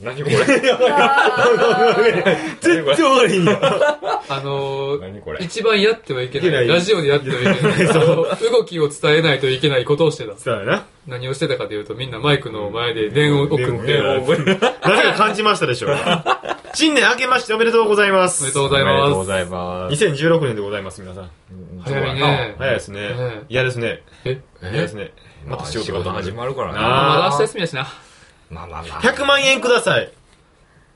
何これ 全然わかりんやん。あのー何これ一番やってはいけないいけないラジオでやってはいけないあの動きを伝えないといけないことをしてたそうやな。何をしてたかというとみんなマイクの前で電話を送って、電話をおめで何か感じましたでしょうか新年明けましておめでとうございます。とうございおめでとうごますざいます。 2016年でございます、皆さん。早いね早いですねええ。嫌ですね。え嫌えですね。また仕事が始始ままる。るからね。あまだ明日休みやしなまあまあまあ。 100万円ください。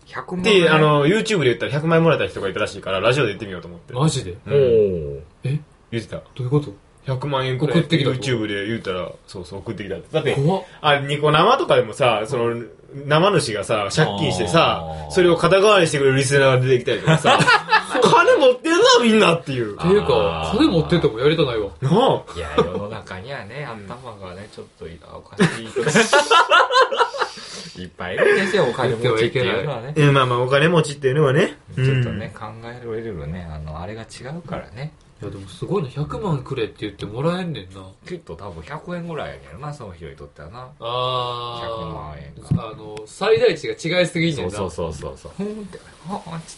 100万って、あ、の、YouTube で言ったら100万円もらえた人がいたらしいから、ラジオで言ってみようと思って。マジでおー言ってた。どういうこと100万円くらい送ってきたと YouTube で言ったら、そうそう、送ってきたって。だって、怖っあれ、ニコ生とかでもさ、その、生主がさ、借金してさあ、ーそれを肩代わりしてくれるリスナーが出てきたりとかさ、金持ってんな、みんなっていう。っていうかあー金持っててもやりたないわなあ。いや、世の中にはね、頭がね、ちょっとおかしい人が。いっぱいいるんですよ、お金持ちっていうのはね。えーまあまあ、お金持ちっていうのはね。ちょっとね、考えられるね、あの、あれが違うからね。いやでもすごいな100万くれって言ってもらえんねんなきっと多分100円ぐらいやねんな、その人にとってはな。あー100あの最大値が違いすぎんねそんうなそうそうそうそう。ふーんって、はあ、つっ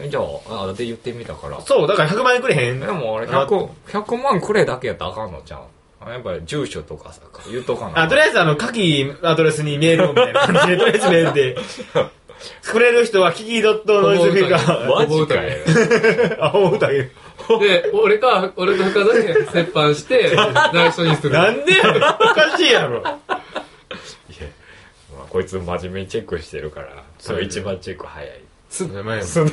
て。えじゃあ、あで言ってみたからうん。そう、だから100万円くれへん。でも俺100、100万くれだけやったらあかんのじゃん。あやっぱり住所とかさ、言うとかな。あ、とりあえずあの、下記アドレスにメールをみたいな感じで、とりあえずメールで。くれる人は、キキドットノイズフィガマジかよ。ー。あ、思うたけで俺か俺と深田で折半して内緒にすど。るなんでやろおかしいやろ。まあ、こいつ真面目にチェックしてるから、それ一番チェック早い。すんすん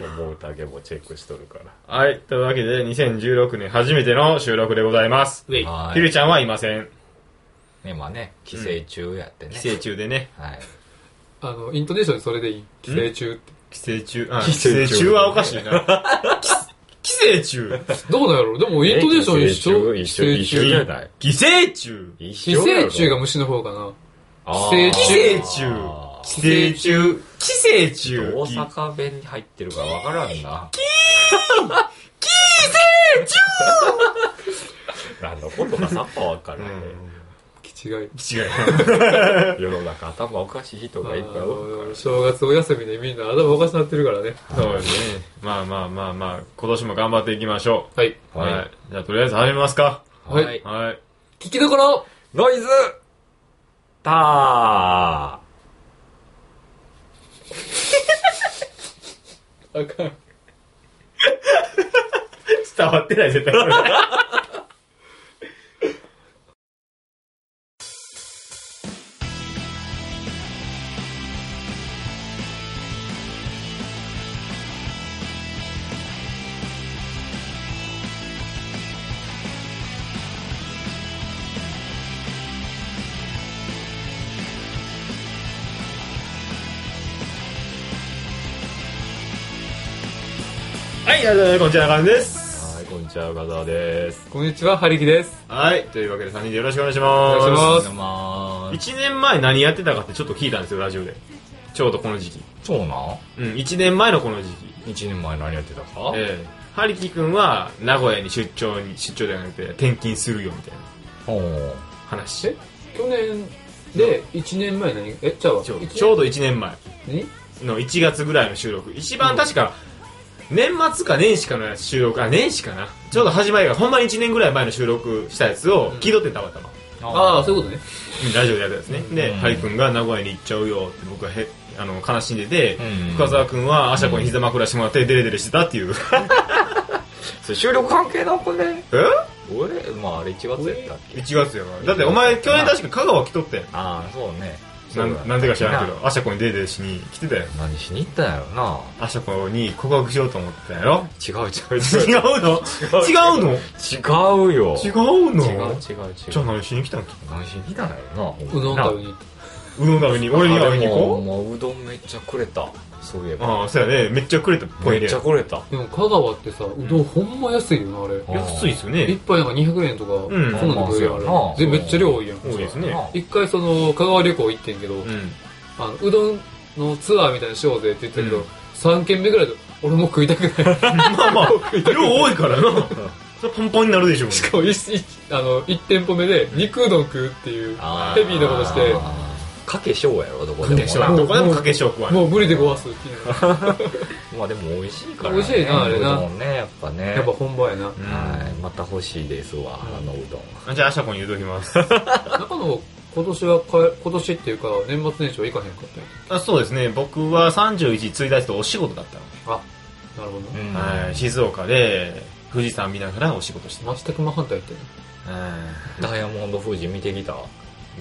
思うだけもチェックしとるから。はい、というわけで、2016年初めての収録でございます。ウェイはひるちゃんはいません。い。ね、まあね、寄生虫やってね。寄生虫でね。はい。あの、イントネーションにそれでいい。寄生虫って。寄生虫。あ寄寄生生虫虫はおかしいな。寄寄生虫。どうなんやろうでも、イントネーション一緒寄生虫一緒寄生虫じゃない。寄生虫。一寄緒や生ろ虫が虫の方かな。あ寄ー寄生生虫あ。寄生虫。寄生虫。ー大阪弁に入ってるからわからんな。寄生虫何のことかさっぱわからんね。気違い。違う。世の中頭おかしい人がいっぱいおるかあの正月お休みでみんな頭おかしなってるからね。そうですね。まあまあまあまあ、今年も頑張っていきましょはい。う。はいはい。じゃあとりあえず始めますか。ら。はいはい。聞きどころノイズターああかん。伝わってない、絶対これ。はい、ありがとうございますこんちらの感じです。はい、こんにちは、岡澤です。こんにちは、はりきです。はい、というわけで3人でよろしくお願いしまおす。願いしますま1年前何やってたかってちょっと聞いたんですよ、ラジオで。ちょうどこの時期。そうなんうん、1年前のこの時期。一年前何やってたかええハリキ君は名古屋に出張に、出張じゃなくて転勤するよみたいなほう。話。え去年で1年前何え、ちゃうわ。ちょう一年ちょうど1年前何の1月ぐらいの収録。一番確か、年末か年始かの収録、あ、年始かな。ちょうど始まりが、ほんまに1年ぐらい前の収録したやつをうん気取ってたまたま。ああ、そういうことね。うんラジオでやったやつね。で、うんハリ君が名古屋に行っちゃうよって僕はへ、あの、悲しんでて、うん深澤君はアシャコに膝枕してもらってデレデレしてたっていう。それ収録関係なくね。え俺、まああれ1月やったっけ ?1 月やから。だってお前去年確か香川来とったやん。ああ、そうね。そなうだんなんでか知らんけ。ど、アシャコにデーデーしに来てたよ。な何しに行ったんやろな。アシャコに告白しようと思ってたよ。違う違う違違う。うの違うの違うよ。違うの違う違う違う。じゃあ何しに来たん何しに行ったんやろな。うどん食べに行っうどん食べに、俺に会いに行こううどんめっちゃくれたそういえうばああ、そうやね。めっちゃくれたっぽめいっねち。ゃくれたた。でも、香川ってさ、うどんほんま安いよな、あれ。安いっすよね一。杯なんか200円とか、んそんなんで食えるまあよまああそれ。うで、やなめっちゃ量多いやん。多いですね一回その香川旅行行ってんけど、ううん。あのうどんのツアーみたいにしようぜって言ったけど、うん3軒目ぐらいで俺も食いたくない まあまあ、量多いからな。それパンパンになるでしょ。しかも 1, あの一店舗目で肉うどん食うっていうヘビーなことしてかけしょうやろどこでかもけしょうどこでもかけしょう食わないもう無理でごわすっていうまあでも美味しいから、ね、美味しいなあれなうどんねやっぱね やっぱ本場やなうんはいまた欲しいですわ、あのうどんあじゃあ、あしゃこに言うときます。中野は今年はかえ今年っていうか年末年始は行かへんかったんやあそうですね、僕は31日1日とお仕事だったので、あなるほどねうんはい、静岡で富士山見ながらお仕事してまし全く真反対やってるた。はダイヤモンド富士見てきた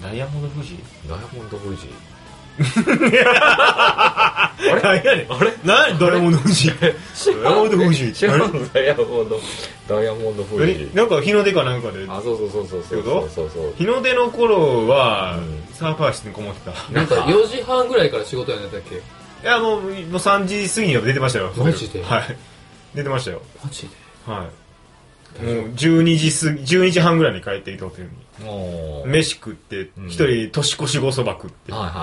ダいダイヤモンド富士イヤモンド富士あれあれあれ何ダイヤモンド富士ダイヤモンド富士知らん ダイヤモンドダイヤモンドあ富れ士なんか日の出かなんかで、あそうそうそうそうそうそうそうそう日の出の頃はうん、サーファー室にこもってた。いなんか4時半ぐらいから仕事やねんだっけや、もう、もう3時過ぎには出てましたよ。マジではい。出てましたよ。マジではい。もう12時過ぎ、12時半ぐらいに帰っていたホテルに。もう飯食ってう、ん一人年越しごそば食って、はいはいはい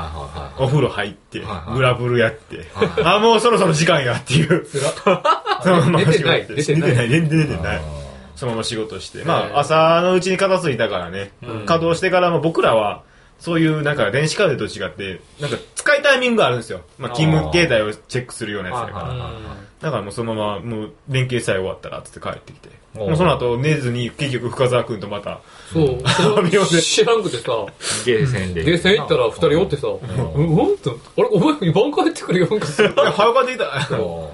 おはい風呂入ってはいは、いブラブルやって、はいあ、もうそろそろ時間やっていう。つら そのまま仕事やって。出てない出てない出てない。出てない。あそのまま仕事して。えまーあ、朝のうちに片付いたからね、うん稼働してからも僕らは、そういう、なんか、電子カルテと違って、なんか、使いタイミングがあるんですよ。まあ、勤務形態をチェックするようなやつだから。はいはいだからもうそのまま、もう、連携さえ終わったら、つって帰ってきて。おうもうその後、寝ずに、結局、深沢くんと また、そう微妙で知らんくてさゲーセンでゲーセン行ったら2人おってさ「うんうん?」って「あれお前晩帰ってくるやんか」い や早かってきた。そ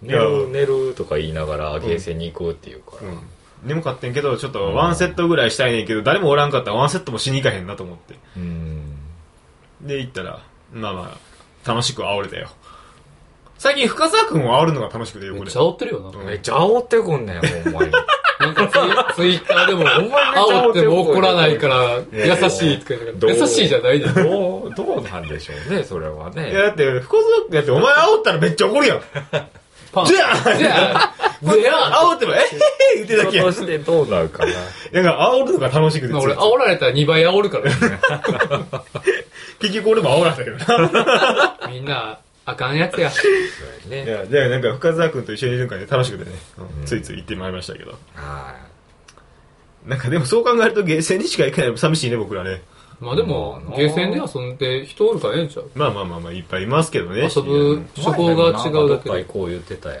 う寝る寝るとか言いながらゲーセンに行こうっていうかうん。眠かってんけど、ちょっと、ワンセットぐらいしたいねんけど、誰もおらんかったら、ワンセットもしに行かへんなと思って。らうんで、行ったら、まあまあ、楽しく煽れたよ。最近、深沢くんを煽るのが楽しくて、め横っでちゃ。煽ってるよなうんめっちゃ煽ってくんねんほん まになんかツイツイッターでもんまにめっちゃ煽煽っっててるも怒らないから優しいとか言うどからう優しいじゃないでどうどうなんでしょうねそれはいねや、だって、深沢くんやって、お前煽ったらめっちゃ怒るやん。パンじゃあじゃあじゃあ煽っても、えへへ言ってただけや人としてどうなるかなん。なんか、煽るのが楽しくてまあ、俺煽られたら2倍煽るからね結局俺も煽られたけ どな。みんなあかんやつやそうやいねや、じゃあなんか、深沢くんと一緒にいるからね、楽しくてね、うんついつい行ってまいりましたけど。はなんかでもそう考えるとゲーセンにしか行かないの寂しいね、僕らね。まあでもまあなゲーセンで遊んで人おるからええんちゃうまあまあまあまあ、いっぱいいますけどね。遊ぶい趣向が違うだ前なんかけどっかで行こう言ってたやん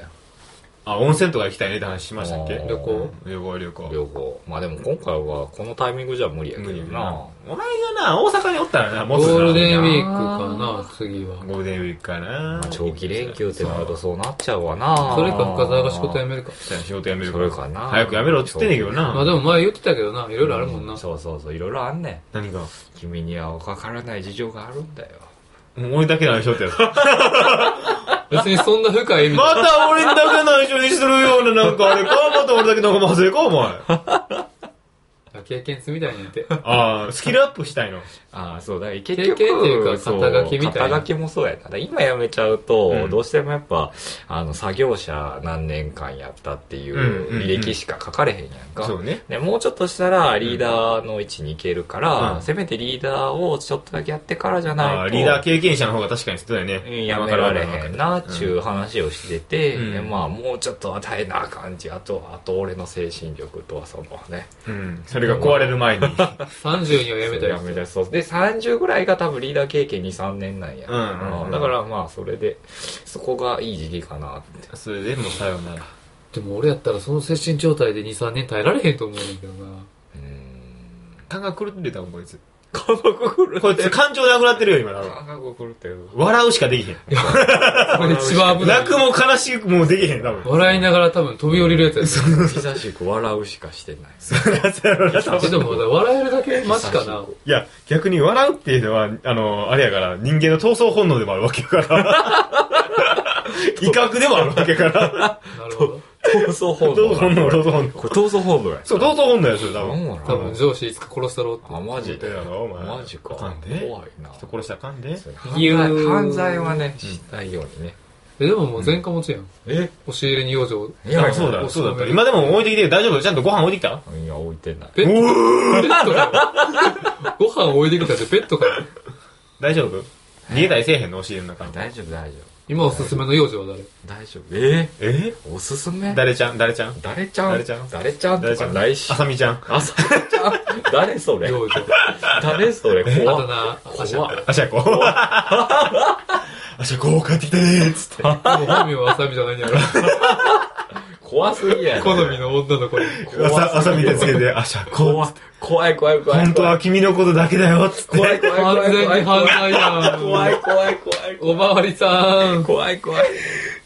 あ、温泉とか行きたいねって話しましたっけあー旅行旅行、旅行。旅行まあでも今回はこのタイミングじゃ無理やけ無ど理やなな。お前がな、大阪におったらな、もゴっとなールデンウィークかな次はゴールデンウィークかな。長期連休ってなるとそうなっちゃうわなそれか深沢が仕事辞めるかそうや仕事辞めるそれかな早く辞めろって言ってんねんけどな。まあでも前言ってたけどないろいろあるもんな、うそうそうそういろいろあんねん何が君には分からない事情があるんだよもう俺だけ内緒ってやつ。別にそんな深い意味また俺だけ内緒にするような、なんかあれか、また俺だけなんかまずいか、お前。あ経験積みたいねんてあ、スキルアップしたいの。ああそうだから結経験局っていうかそう肩書きみたいな肩書きもそうやなだから今辞めちゃうと、うんどうしてもやっぱあの作業者何年間やったっていううんうんうん履歴しか書かれへんやんか、そうね。でもうちょっとしたらリーダーの位置に行けるから、うんせめてリーダーをちょっとだけやってからじゃないとああ、リーダー経験者の方が確かにそうだよね。やめられへんなっちゅうう話をしてて、うんでまあもうちょっと与えなあかんちあとあと俺の精神力とはそのねん。うん。それが壊れる前に。うん。 30にはやめたやよめたそうで30ぐらいが多分リーダー経験23年なんや、うんうんだからまあそれでそこがいい時期かなってそれでもうさよなら。でも俺やったらその精神状態で23年耐えられへんと思うねんだけど なうん感覚狂ってる多分こいつ。感覚狂ってこいつ感情なくなってるよ、今多分。感覚狂ってる笑うしかできへん。これ一番危ない泣くも悲しくもできへん、多分。笑いながら多分飛び降りるやつやね久しく笑うしかしてないえでも笑えるだけマジかないや、逆に笑うっていうのは、あの、あれやから、人間の闘争本能でもあるわけやから。 威嚇でもあるわけやから。なるほど闘争本闘争本能、能闘争本能。これ闘争本能やそう、闘争本能や、それ多な分。んやろ多分上司いつか殺したろうってあマジでだろお前マジかあかんで怖いな人殺したらあかんで。犯言罪う犯罪はね、しないようにね。えでももう前科持ちやんえ押し入れに養生いいや、や、そうもだ、うそうだった。そう今でも置いてきてる大丈夫ちゃんとご飯置いてきたいや、置いてない。ペットおペットかよご飯置いてきたってペットかよ大丈夫逃げたりせえへんの教える中に。大丈夫、大丈今おすすめの幼女は誰大丈夫ええー、おすすめ誰ちゃん誰ちゃん誰ちゃん誰ちゃん誰ちゃん誰とちゃかんないしあ。さみちゃん。あ、それちゃん誰それ幼女。誰それあ怖だっ名、アシャ。怖っあしゃこ。 あしゃこ、帰ってきてねーっつって。でも本名はアサミじゃないんやろ。怖すぎやろ好みの女の子に。怖すぎる 朝、朝見てつけて、あしゃこ怖。い怖い怖い怖い本当は君のことだけだよっつって。怖い怖い完怖い全に犯怖い罪怖やん。い怖い怖いおまわりさん。怖い怖い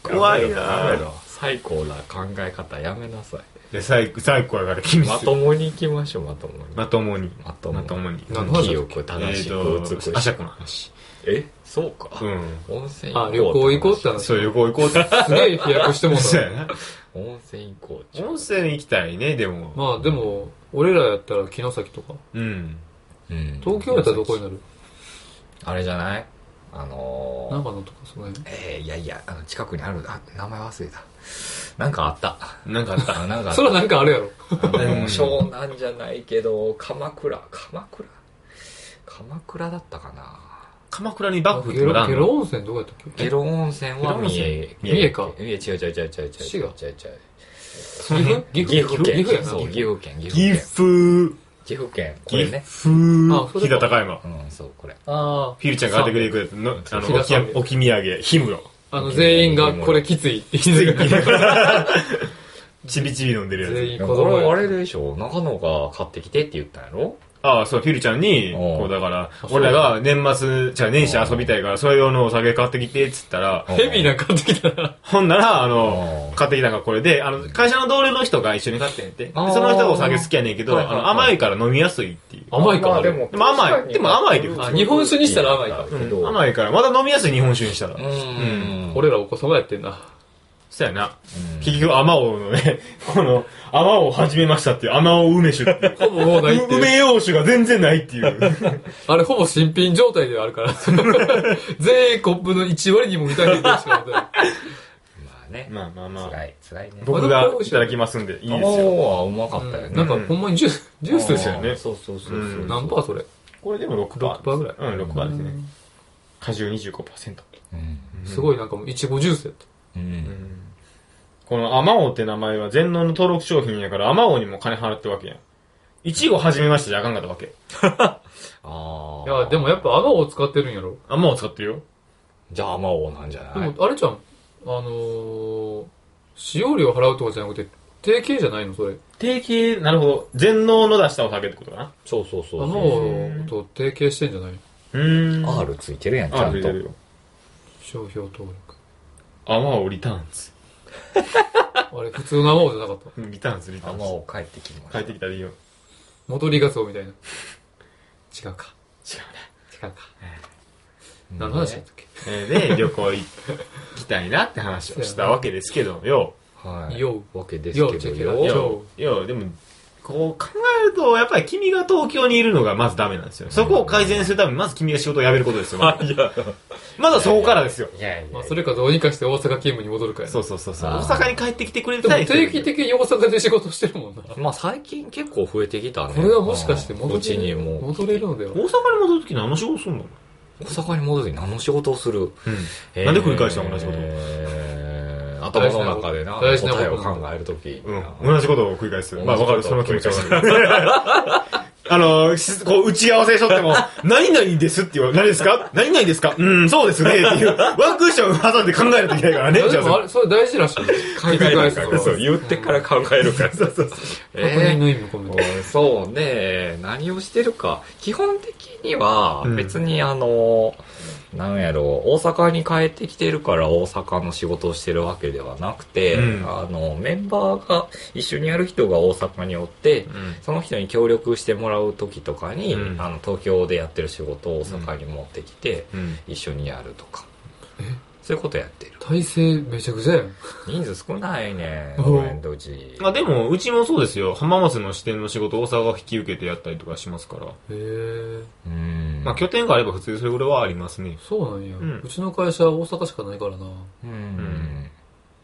怖いやめなろやめろ最高な考え方やめなさいで、最後、最後やから君まともに行きましょうまともにまともに。まともまともに。何の話清く正しく美しいあしゃこの話。えそうかうん。温泉あ、旅行行こうってう話。すそう、旅行行こうって。 げえ飛躍してもう そうやた。な。温泉行こう温泉行きたいね、でも。まあでも、俺らやったら城崎とか。うん。うん東京やったらどこになるあれじゃないあのー長野とかその辺。えー、いやいや、あの近くにある、あ、名前忘れた。なんかあった。なん かあった。あなんかあったそれはなんかあれやろ。あのうん湘南じゃないけど、鎌倉、鎌倉鎌倉だったかな。鎌倉にバッグゲとかロ、あゲんロの温泉どこやったっけ下呂温泉は三重。三重か三重、違う違う違う違う違う違う違う。滋賀違う岐阜岐阜岐岐県。阜やな。そう、岐阜県、岐阜岐県。阜、岐阜県、これ岐ね。阜あ、それ飛騨高山。うん、そう、これ。あフィルちゃんが当てくれてくれたの、あ飛騨の、おきや山脈置き土産、氷室。あ、あの全員がこれきついって言ってたからちびちび飲んでる全やつ。こ員子供れあれや。でしょ中野が買ってきてって言ったんやろああ、そう、フィルちゃんに、おうこうだから、そう俺らが年末、じゃあ年始遊びたいから、それ用のお酒買ってきて、っつったら、ヘビーな感じきたら。ほんなら、あのお、う買ってきたのがこれで、あの、会社の同僚の人が一緒に買ってんって。であーその人がお酒好きやねんけど、はいはいあはいの、甘いから飲みやすいっていう。甘いかまああれでも、でも甘いでも甘いで普通あ日本酒にしたら甘いかけうどん、甘いから、まだ飲みやすい日本酒にしたら。うんん。俺らお子様やってんな。そうやな。うん結局、甘王のね、 この、甘王始めましたっていう、甘王梅 酒っていう。ほぼもうないってういう。梅洋酒が全然ないっていう。 あれほぼ新品状態ではある から。全員コップの1割にも満たないでしかない。まあね。まあまあま辛あ。い、辛いね。僕がいただきますんで、いいあですよ。ーうまかったよね。なんかほんまにジュース、ジュースですよあね。ーそうそうそうそうう。ん何パーそれこれでも6%。 6%ぐらいうん、6%ですね。果汁25%。うん。すごいなんかもういちごジュースやった。うん。このアマオって名前は全農の登録商品やから、アマオにも金払ってるわけやん。いちご始めましたじゃあかんかったわけ。あいあ。や、でもやっぱアマを使ってるんやろ。アマオ使ってるよ。じゃあ、魔王なんじゃでないも、あれじゃん。あのー、使用料払うとかじゃなくて、定型じゃないのそれ。定型、なるほど。全農の出したお酒ってことかな。そうそうそアうマそう。と提携してんじゃないうーん。 R ついてるやん、ちゃ R ん出とて。るよ。商標登録。アマオリターンズ。あれ、普通のアマじゃなかった。うんリターンズ、リタ魔ーンズ。王帰ってきました。帰ってきたらいいよ。戻りガツオみたいな。違うか。違うね。違うか。何の話だったっけえーで、旅行行きたいなって話をしたわけですけど、よはい。ようわけですようけチェどケラう。よ。よう。よう、でも、こう考えると、やっぱり君が東京にいるのがまずダメなんですよ。そこを改善するために、まず君が仕事を辞めることですよ。まずいや、まずはそこからですよ。いやいまやあ、。それかどうにかして大阪勤務に戻るかやなそうそうそうそう。あ大ー阪に帰ってきてくれでたもい定期的に大阪で仕事してるもんな。こまあ最近結構増えてきたね。れはもしかしてう戻ちれにるもう。戻れるのでは大阪に戻るとき何の仕事すんの大阪に戻るに何の仕事をするうん。なんで繰り返したの同じことを。えー頭の中でな、大事なこと答えを考えるとき。うん。同じことを繰り返す。まあわかる、その気持ちは同じわかる。 あの、しこう、打ち合わせしとっても、 何々ですって言われ、何ですか何々ですかうん、そうですね。っていう、ワンクッション挟んで考えるといけないからいね。やで打ち合もあわれ、それ大事らしい。考えるからそそうう、言ってから考えるから。せ そうそうそう。確認の意味を込めて。うんそうね、何をしてるか。基本的にはう、ん別にあの、なんやろう、大阪に帰ってきてるから大阪の仕事をしてるわけではなくて、うんあの、メンバーが、一緒にやる人が大阪におって、その人に協力してもらう時とかに、うんあの東京でやってる仕事を大阪に持ってきて、うん。一緒にやるとか。そういうことやってる。体制めちゃくちゃやん。人数少ないね、うんごめんとうち。まあでも、うちもそうですよ。浜松の支店の仕事、大阪が引き受けてやったりとかしますから。へえ。うん。まあ拠点があれば普通それぐらいはありますね。そうなんや。んうちの会社大阪しかないからな。うん。へ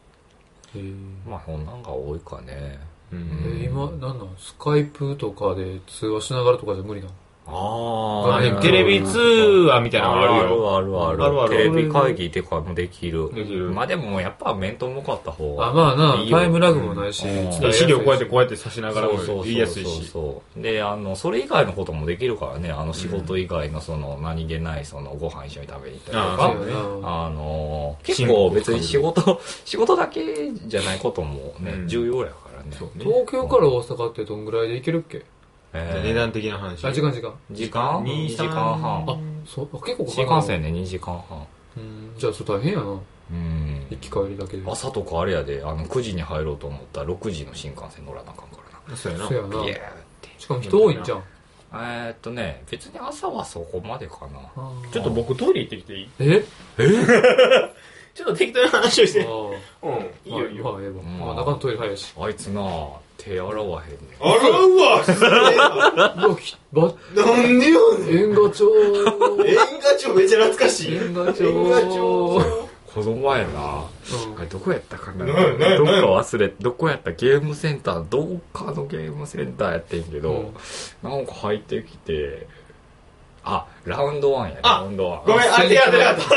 え。まあ、そんなんが多いかね。うえん。今、なんなんスカイプとかで通話しながらとかじゃ無理なのあああ、あれテレビ通話みたいなのがあるよ。あるあるある。あるあるテレビ会議とかもできる。できるまあでも、やっぱ面と向かった方があ、まあな、いいよタイムラグもないし、うん伝えやすでいし資料こうやってこうやって差しながらもそうそうそうそう言いやすいし。そうであのそれ以外のこともできるからねあの仕事以外のその何気ないそのご飯一緒に食べに行ったりとあかそうだよねあの結構別に仕事仕事だけじゃないこともね、うん重要やからねそうね東京から大阪ってどんぐらいで行けるっけえー値段的な話。あ、時間時間。時間 ?2 二時間あ半、そう、あ結構かか新るな幹線で2時間半うん、じゃあそれ大変やな。うん行き帰りだけで。朝とかあれやであの9時に入ろうと思ったら6時の新幹線乗らなあかんからなそうやなそう。やなビ。ューってしかも人多いんじゃん。えーっとね別に朝はそこまでかなちょっと僕トイレ行ってきていいえちょっと適当な話をしあて。ーうん、いいよいいよ。まあ、ええわ。うんまあ、中のトイレ早いし。あいつな手洗わへんねん洗うわすげえ うわ、き、ば、ななんでよね縁がちょう。円ガチョめっちゃ懐かしい。円ガチョ円ガチョ子供やなうんあれどこやったかななななどっか忘れどこやったゲームセンターどっかのゲームセンターやってんけど、なんか入ってきてあラウンドワンやあラウンドワンごめん、当て当てなかった。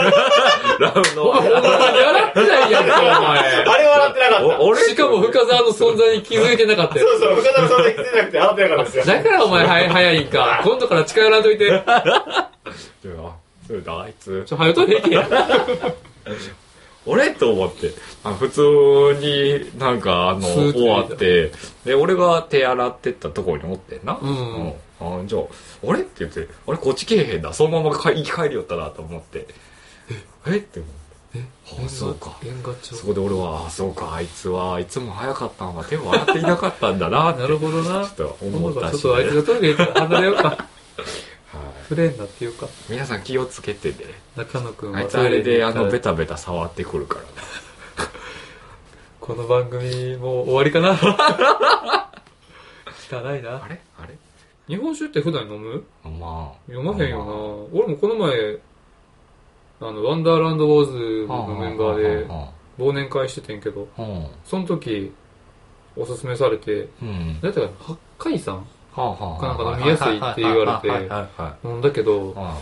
ラウンドワンお前笑ってないやんか、お前。あれ笑ってなかった。お俺しかも深沢の存在に気づいてなかったよそ。うそう、深田さんだけ来てなくて当てなかったですよ。だからお前早い早いんか。今度から近寄らんといて。ちあそうだあいつょ、早とで行けや。俺と思ってあ普通になんかあのスーツ終わってで俺が手洗ってったとこにおってんな、うんうんあじゃあ「あれ?」って言って「あれこっち来えへんだそのまま帰生き返りよったな」と思って「えっ?」って思って「ああそうか」縁がちそょこで俺は「あそうかあいつはいつも早かったんは手を洗っていなかったんだな」っう。てなるほどな。ちょっと今思度っからたちし、ょっとあいつがトイレ行ったら離れようか。はいフレーになってようか。皆さん気をつけてね中野くんあはいつあれであのベ別タベタ触ってくるからこの番組もう終わりかな。 汚いなあ。れあれ日本酒って普段飲むまあ飲まへんよな。俺もこの前、あの、ワンダーランドウォーズのメンバーで忘年会しててんけど、うんその時、おすすめされて、うんだってか、八海山なんか飲みやすいって言われて飲んだけど、あ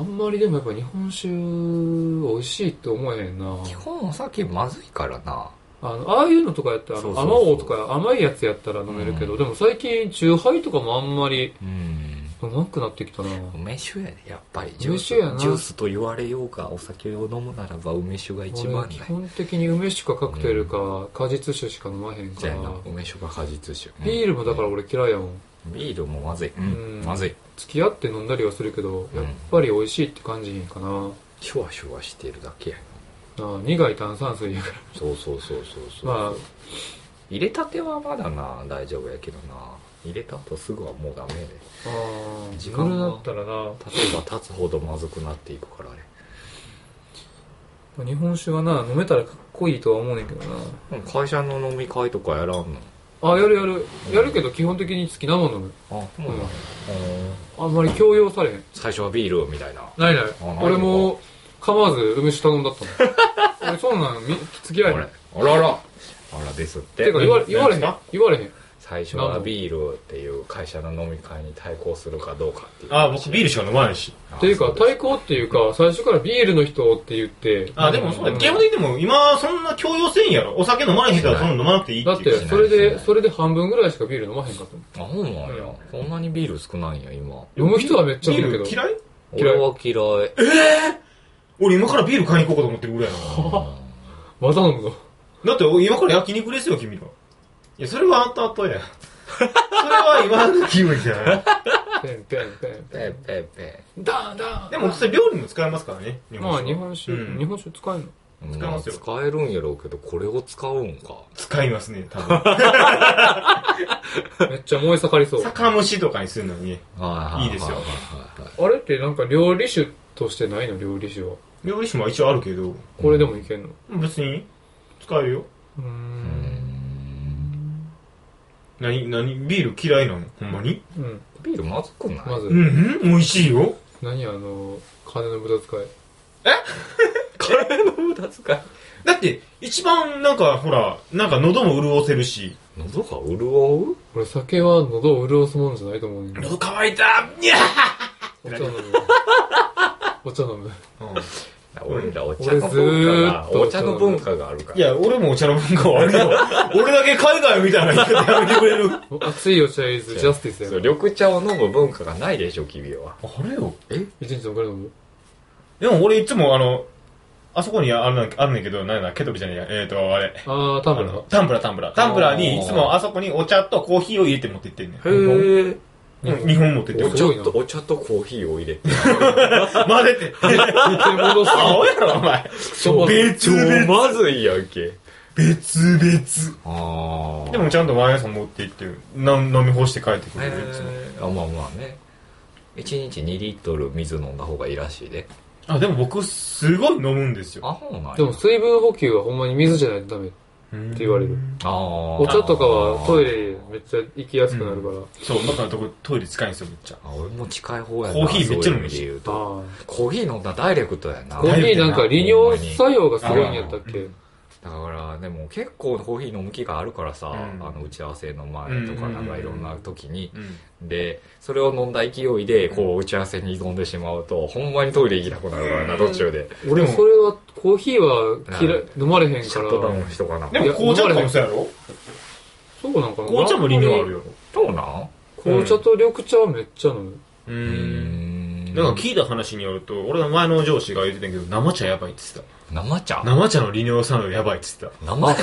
んまりでもやっぱ日本酒美味しいって思えへんな。基本お酒まずいからなあの、ああいうのとかやったら、あそうのそう甘そう王とか甘いやつやったら飲めるけど、でも最近、チューハイとかもあんまりうん飲まなくなってきたな。梅酒やでやっぱりジュース梅酒やなジュースと言われようがお酒を飲むならば梅酒が一番俺ね基本的に梅酒かカクテルか果実酒しか飲まへんかじゃらあな。梅酒が果実酒ビールもだから俺嫌いやもん。ビールもまずいうんうんまずい付き合って飲んだりはするけど、うんやっぱり美味しいって感じへんかな。シュワシュワしてるだけやなあ苦い炭酸水やかそうそうそうそうそうら。まあ、入れたてはまだな大丈夫やけどな入れた後すぐはもうダメやでああ、時自間が分だったらな、立てば立つほどまずくなっていくからあれ日本酒はな、飲めたらかっこいいとは思うねんけどな。うん会社の飲み会とかやらんのあ、やるやる。やるけど基本的に好きなもの飲む。あそうなんやうんあんまり強要されへん。最初はビールみたいなないないあないの。か俺も、構わず梅酒頼んだった もん。俺そんなんみ付きあ合えれへん。あらあらあらですっててか言われ言われへん何ですか。言われへん。最初はビールっていう会社の飲み会に対抗するかどうかっていうあ、僕ビールしか飲まないし。あっていうかそ、です対抗っていうか、最初からビールの人って言って。あ、でもそうだ、ん基本的にでも今そんな強要せんやろ。お酒飲まない人はそんな飲まなくていいだっっていて、う。それで、それで半分ぐらいしかビール飲まへんかと思あそうなんやそんなにビール少ないんや今う。飲む人はめっちゃビ飲むーけどル。嫌い俺嫌いは嫌い俺今からビール買いに行こうかと思ってるぐらいなの。また飲むの。だって俺今から焼肉ですよ、君ら。いや、それはあんた後や。それは今の気分じゃない。ペンペンペン。ペーペーペダーダー。でもそれ料理にも使えますからね。まあ酒は日本酒、うん日本酒使えるのー使いますよあ使えるんやろうけどこれを使うんか使いますね、多分。めっちゃ燃え盛り そう。酒蒸しとかにするのにね。はいいですはいよはいはいあれってなんか料理酒としてないの料理酒は。料理酒も一応あるけど、これでもいけんの別に使えるよ。うーん。何、何、ビール嫌いなのほんまにうん。ビールまずくないまず、うん、うん、美味しいよ。何あの、金の無駄遣い。金の無駄遣いだって、一番なんか、ほら、なんか喉も潤せるし、喉が潤う俺酒は喉を潤すもんじゃないと思うねんけど。喉乾いたにゃお茶飲む。 お茶飲む。俺らお茶の文化が、俺ずーっとお茶の文化があるから。いや、俺もお茶の文化はある よ。俺だけ海外みたいな言い方やめてくれる。熱いお茶 is ジャスティスやそうろ。緑茶を飲む文化がないでしょ、君は。あれよ。え一日お金飲むでも俺いつもあの、あそこにあるなあるねんけど、なんやな、ケトビじゃねえや。えーと、あれ。あー、多あ分のタンブラー、タンブラー。タンブラーにいつもあそこにお茶とコーヒーを入れて持って行ってんねん。へえ。うん日本持ってっておる茶と、お茶とコーヒーを入れ て。混ぜ て。な。戻す。青やろ、お前。超別々。まずいやん け。別々。ああ。で、もちゃんとワイン屋さん持って行ってな飲み干して帰ってくるいつもえー、あ、まあまあね。1日2リットル水飲んだ方がいいらしいで。あでも僕すごい飲むんですよあ、ほうなんやでも、水分補給はほんまに水じゃないとダメ。って言われるああ。お茶とかはトイレめっちゃ行きやすくなるから。そうだからとこトイレ近いんですよめっちゃあ。俺も近い方やな。コーヒーめっちゃ飲むしそういう意味で言うとあーコーヒー飲んだらダイレクトやな。コーヒーなんか利尿作用がすごいんやったっけだからでも結構コーヒー飲む気があるからさ、うんあの打ち合わせの前とかうんなんかいろんな時に、うんでそれを飲んだ勢いでこう打ち合わせに挑んでしまうとほんまにトイレ行きたくなるからな途中で俺でもそれはコーヒーは嫌ない飲まれへんシかャらットダウンしとかなでも紅茶とかもそうやろそうなんかな紅茶も利尿あるよどうなん紅茶と緑茶はめっちゃ飲むううーんなんか聞いた話によると俺の前の上司が言ってたんやけど生茶やばいって言って生茶た生茶の利尿作用やばいって言って生茶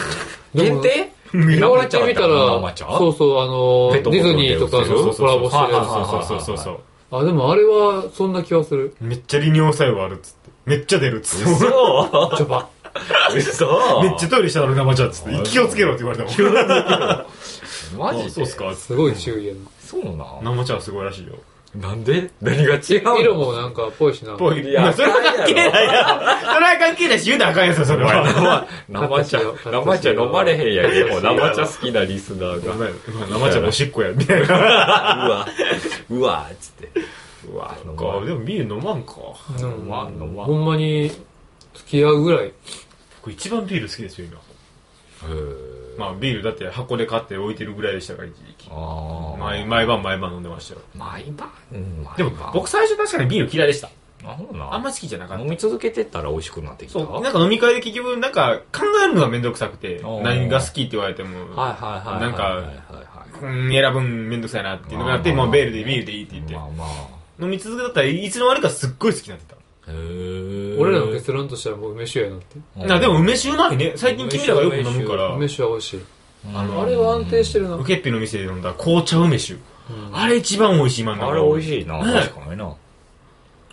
で限も定言われてみた生ら茶そうそうあのペットデボトィズルニでー売とってかるのコラボしてるやそうそうつたそうそうそうそうあでもあれはそんな気はするめっちゃ利尿作用あるっつってめっちゃ出るっつって嘘ちょば 嘘めっちゃトイレしたから生茶っつって気をつけろって言われたもんマジであそうっすかすごい注意やなそうな生茶はすごいらしいよんなんで何が違うの色もなんかっぽいしなぽい。いやまあそれは関係ないやろ。それは関係ないし、言うたらあかんやつよ、それは。生茶、生茶飲まれへんやん。でも生茶好きなリスナーが。 生茶のおしっこや、みたいな。うわ、うわ、つって。うわ、飲まんでもビール飲まんか。うん飲まん、飲まん。ほんまに付き合うぐらい僕一番ビール好きですよ、今。へーまあビールだって箱で買って置いてるぐらいでしたから、一時期。あー毎毎晩毎晩飲んでましたよ。毎晩うん毎晩でも僕最初確かにビール嫌いでした。あそうなあんま好きじゃなかっ飲た。み続けてったら美味しくなってきたそう。はいなんか飲み会で結局、なんか考えるのがめんどくさくてお、ー何が好きって言われても、はいはい。なんかはいはいはうん選ぶんめんどくさいなっていうのがあって、まあまあもうビールでビールでいいってい言ってま。あまあ。飲み続けたったらいつの間にかすっごい好きになってた。へー俺らの結論としてはもう梅酒やなってなでも、梅酒うまいね。最近君らがよく飲むから、梅酒は美味しいうんあのあれは安定してるなウケッピの店で飲んだ紅茶梅酒。うんあれ一番美味しい、今の。あれ美味しいな、ね確かにな。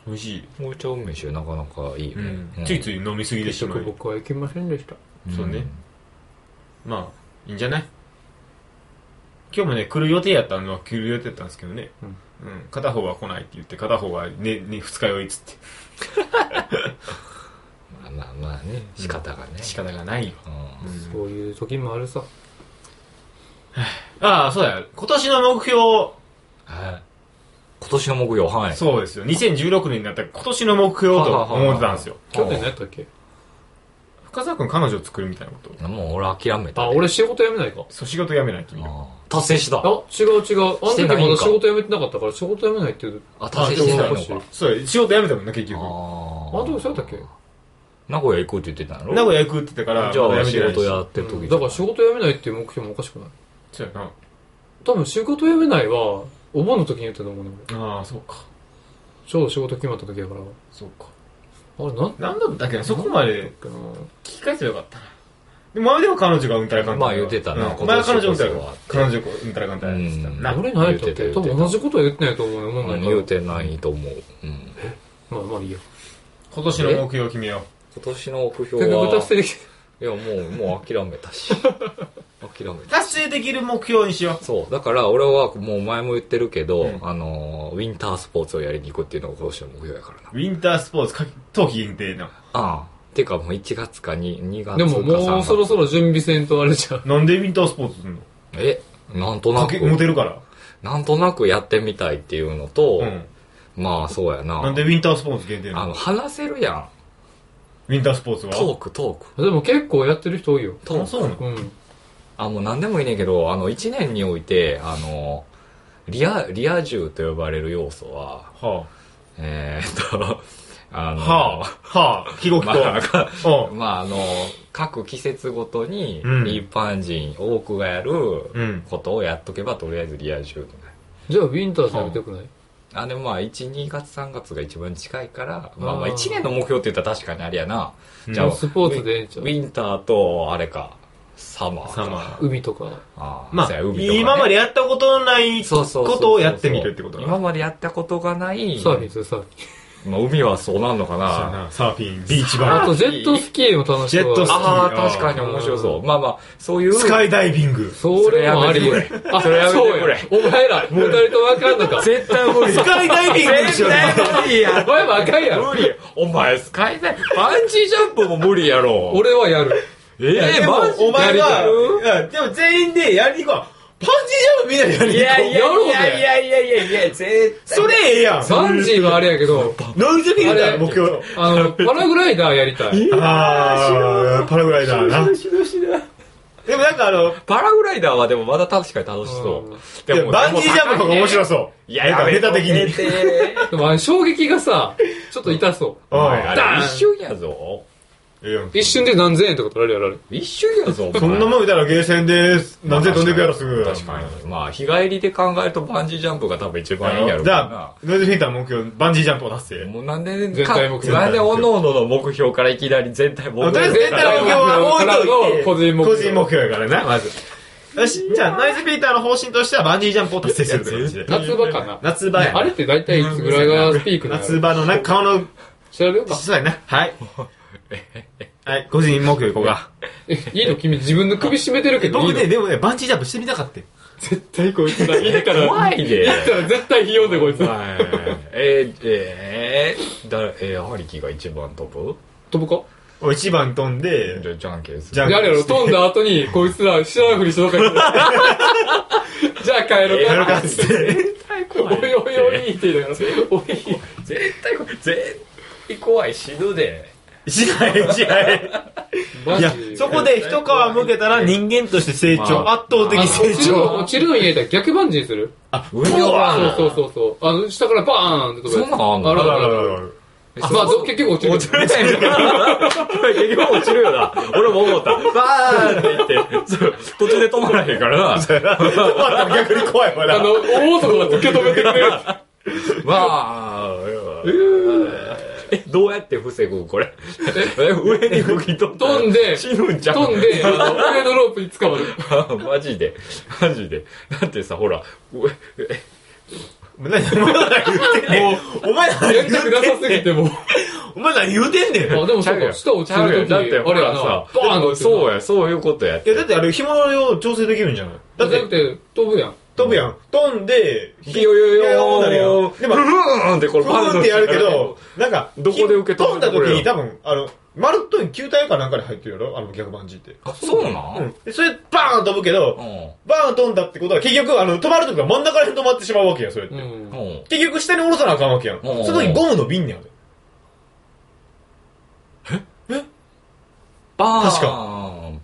美味しい。紅茶梅酒なかなかいいようねん。うんついつい飲みすぎで結しょ。局僕は行きませんでしたそうねまあ、いいんじゃない今日もね、来る予定やったのは来る予定だったんですけどね。ううんん。片方は来ないって言って、片方はね、ね、二日酔いっつって。まあまあまあね、仕方がね。仕方がないよ。うんそういう時もあるさああ、そうや。今年の目標、はい今年の目標、はい。そうですよ。2016年になったら今年の目標と思ってたんですよ。去年何やったっけ深澤くん彼女を作るみたいなこと。もう俺諦めた。あ、俺仕事辞めないか。そう、仕事辞めない君は。あー達成した。あ、違う違う。あの時まだしてないん仕か事辞めてなかったから、仕事辞めないって言う。あ、あ達成してないのそうか。そうや仕事辞めたもんな、結局。ああの時そうやったっけ名古屋行こうって言ってたんやろ名古屋行くって言ったから、じゃあ辞仕めてないし事やってるうん時だから仕事辞めないっていう目標もおかしくない。そうやな。多分仕事辞めないは、お盆の時に言ったと思うね、俺。ああ、そうか。ちょうど仕事決まった時やから。あそうか。れ、なんなんだったっけな、そこまでかな聞き返せばよかったな。でも前でも彼女がうんたらかんたら。まあ言ってたなうん前は彼女うんたら今年こそは彼女うんたらかんたらって言ってたな。俺何やった言っけうてた多分同じことは言ってないと思うね、思うんんないか言うら。てないと思う。うんまあまあいいや。今年の目標を決めよ今年の目標結局は達、成できて。いやもう、もう 諦めたし。諦めう。た。達成できる目標にしよそう。だから俺はもう前も言ってるけどうん、あのー、ウィンタースポーツをやりに行くっていうのが今年の目標やからな。う。ウィンタースポーツ、か冬季限定な。ああ。てかもう1月か 2, 2月かで3も月。もうそろそろ準備せんとあれじゃん。なんでウィンタースポーツするのえ、なんとなかけ、モく、テるから。なんとなくやってみたいっていうのと、うん。まあそうやな。なんでウィンタースポーツ限定なあの、の話せるやん。ウィンタースポーツはトーク、トーク。でも結構やってる人多いよ。トーク。そうなのうん。あ、もう何でもいいねんけど、あの、1年において、あの、リア、リア充と呼ばれる要素は、はえーっと、 ああ。の、はあ。はあ。ひごきまあ、と。かうん。まあ、あの、各季節ごとに、一うん般人多くがやるうんことをやっとけば、とりあえずリア充とか。じゃあ、ウィンターズやりたくないあでもまあ1、2月、3月が一番近いから、まあまああー1年の目標って言ったら確かにあれやな。うんじゃあ、スポーツでええんちゃウうィンターと、あれか、サマーか。サマー。海とか。あーまそうあや、海とかね今までやったことのないそうこそうそうそうとをやってみるってことだ今までやったことがない、サーフィンする、サーフィまあ、海はそうなんのかそうやな。なサーフィン、ビーチン。あバと、ジェットスキーも楽しいジェットスキーああ、確かに面白そう。まあまあ、そういう。ー、スカイダイビング。スそれもありそれやめてくれあ、それやめてくれそうやお前ら、二人ともあかんのか。絶対無理。カイダイビングにしようぜ無理やお前もあかんやろ。無理。お前、スカイダイ、バンジージャンプも無理やろ。俺はやる。ええでもマジお前やるは、いやでも全員でやりに行こう。パンジージャンプみんなでやりにいやい行こう。ややろうぜいやいやいやいやいや、絶対。それええやん。バンジーはあれやけど、ノイズフィルターの目標。あの、パラグライダーやりたい。ああ、パラグライダーな。でもなんかあの、パラグライダーはでもまだ確かに楽しうんそう。いやバンジージャンプとか面白そう。いや、やネめタ的に。止めてでもあれ衝撃がさ、ちょっと痛そうんおいあダーンれ一瞬やぞ。ええやんう。一瞬で何千円とか取られるやろ、一瞬やぞ。お前そんなもん見たらゲーセンです。なんで飛んでくやろ、すぐ。確かに。まあ、日帰りで考えるとバンジージャンプが多分一番いいんやろうじかゃあ、ノイズフィルターの目標、バンジージャンプを達ら。成。もうなんで、絶対目標なんで、おののの目標からいきなり全体目標。とりあえず全体の目標は置いといて。個人目標個人目標やからな、まず。よし、じゃあ、ノイズフィルターの方針としてはバンジージャンプを達成するって感じで。な。夏場かな。夏場やなあれって大体いつぐらいがピークな夏の場の中、顔の、調べようか。そうやな。はい。はい、個人目標いこうか。え、いいの君自分の首絞めてるけどいい僕のね、でもね、バンジージャンプしてみたかったよ絶対こいつだ。いいから。怖いで。だから絶対ひよんでこいつ。はいえー、えー、だえー、ハリキが一番飛ぶ飛ぶかお一番飛んで、じゃあ、じゃんけんする。じゃんであれやろ、飛んだ後に、こいつら知らんふりしとか言って じゃあ帰ろうやるか。かっつって。おいおいおいって言いながら、おい。絶対怖い絶対怖い死ぬで違う違う。マいやジ、そこで一皮むけたら人間として成長、まあ圧倒的成長。落ちるのにやりたら逆バンジーするあ、うわそうそうそうそう。あの、下からバーンって飛ぶやつ。そんなんあんのあるあらあらるあらるらら。あまあ、ど結局落ちる。落ちるじゃん結局落ちるよな俺も思ったバーンって言ってそう途中で止まらへんからな止まったら逆に怖いわあなの、。大男が受け止め てくれる。まあえどうやって防ぐこれえ上に吹き飛んだら飛んで死ぬんじゃん飛んで、あの、上のロープに捕まる。マジでマジでだってさほらうえお前ら言うてんねん。お前らや言りうたくなさすぎても。お前ら言うてんねん。あ、でもそうか、下落ちてる時ちゃうよだってほあれやらな、さバーンって落ちるなそうやそういうことやっていや、だってあれ、紐を調整できるんじゃないだっじゃなくて、て、飛ぶやん。飛ぶやん。飛んで、ひよよよよなるやよん。でも、ふーんってこれーんってやるけど、なんか、どこで受け止飛めんてだくれ時よに多分、あの、まるっとい球体かなんかに入ってるやろあの逆バンジーって。あそうなん、うん。で、それ、バーン飛ぶけど、うんバーン飛んだってことは結局、あの、止まるときは真ん中ら辺止まってしまうわけやん、それって。うん。うん結局下に下ろさなあかんわけやん。うんその時ゴムの瓶にある。バーン確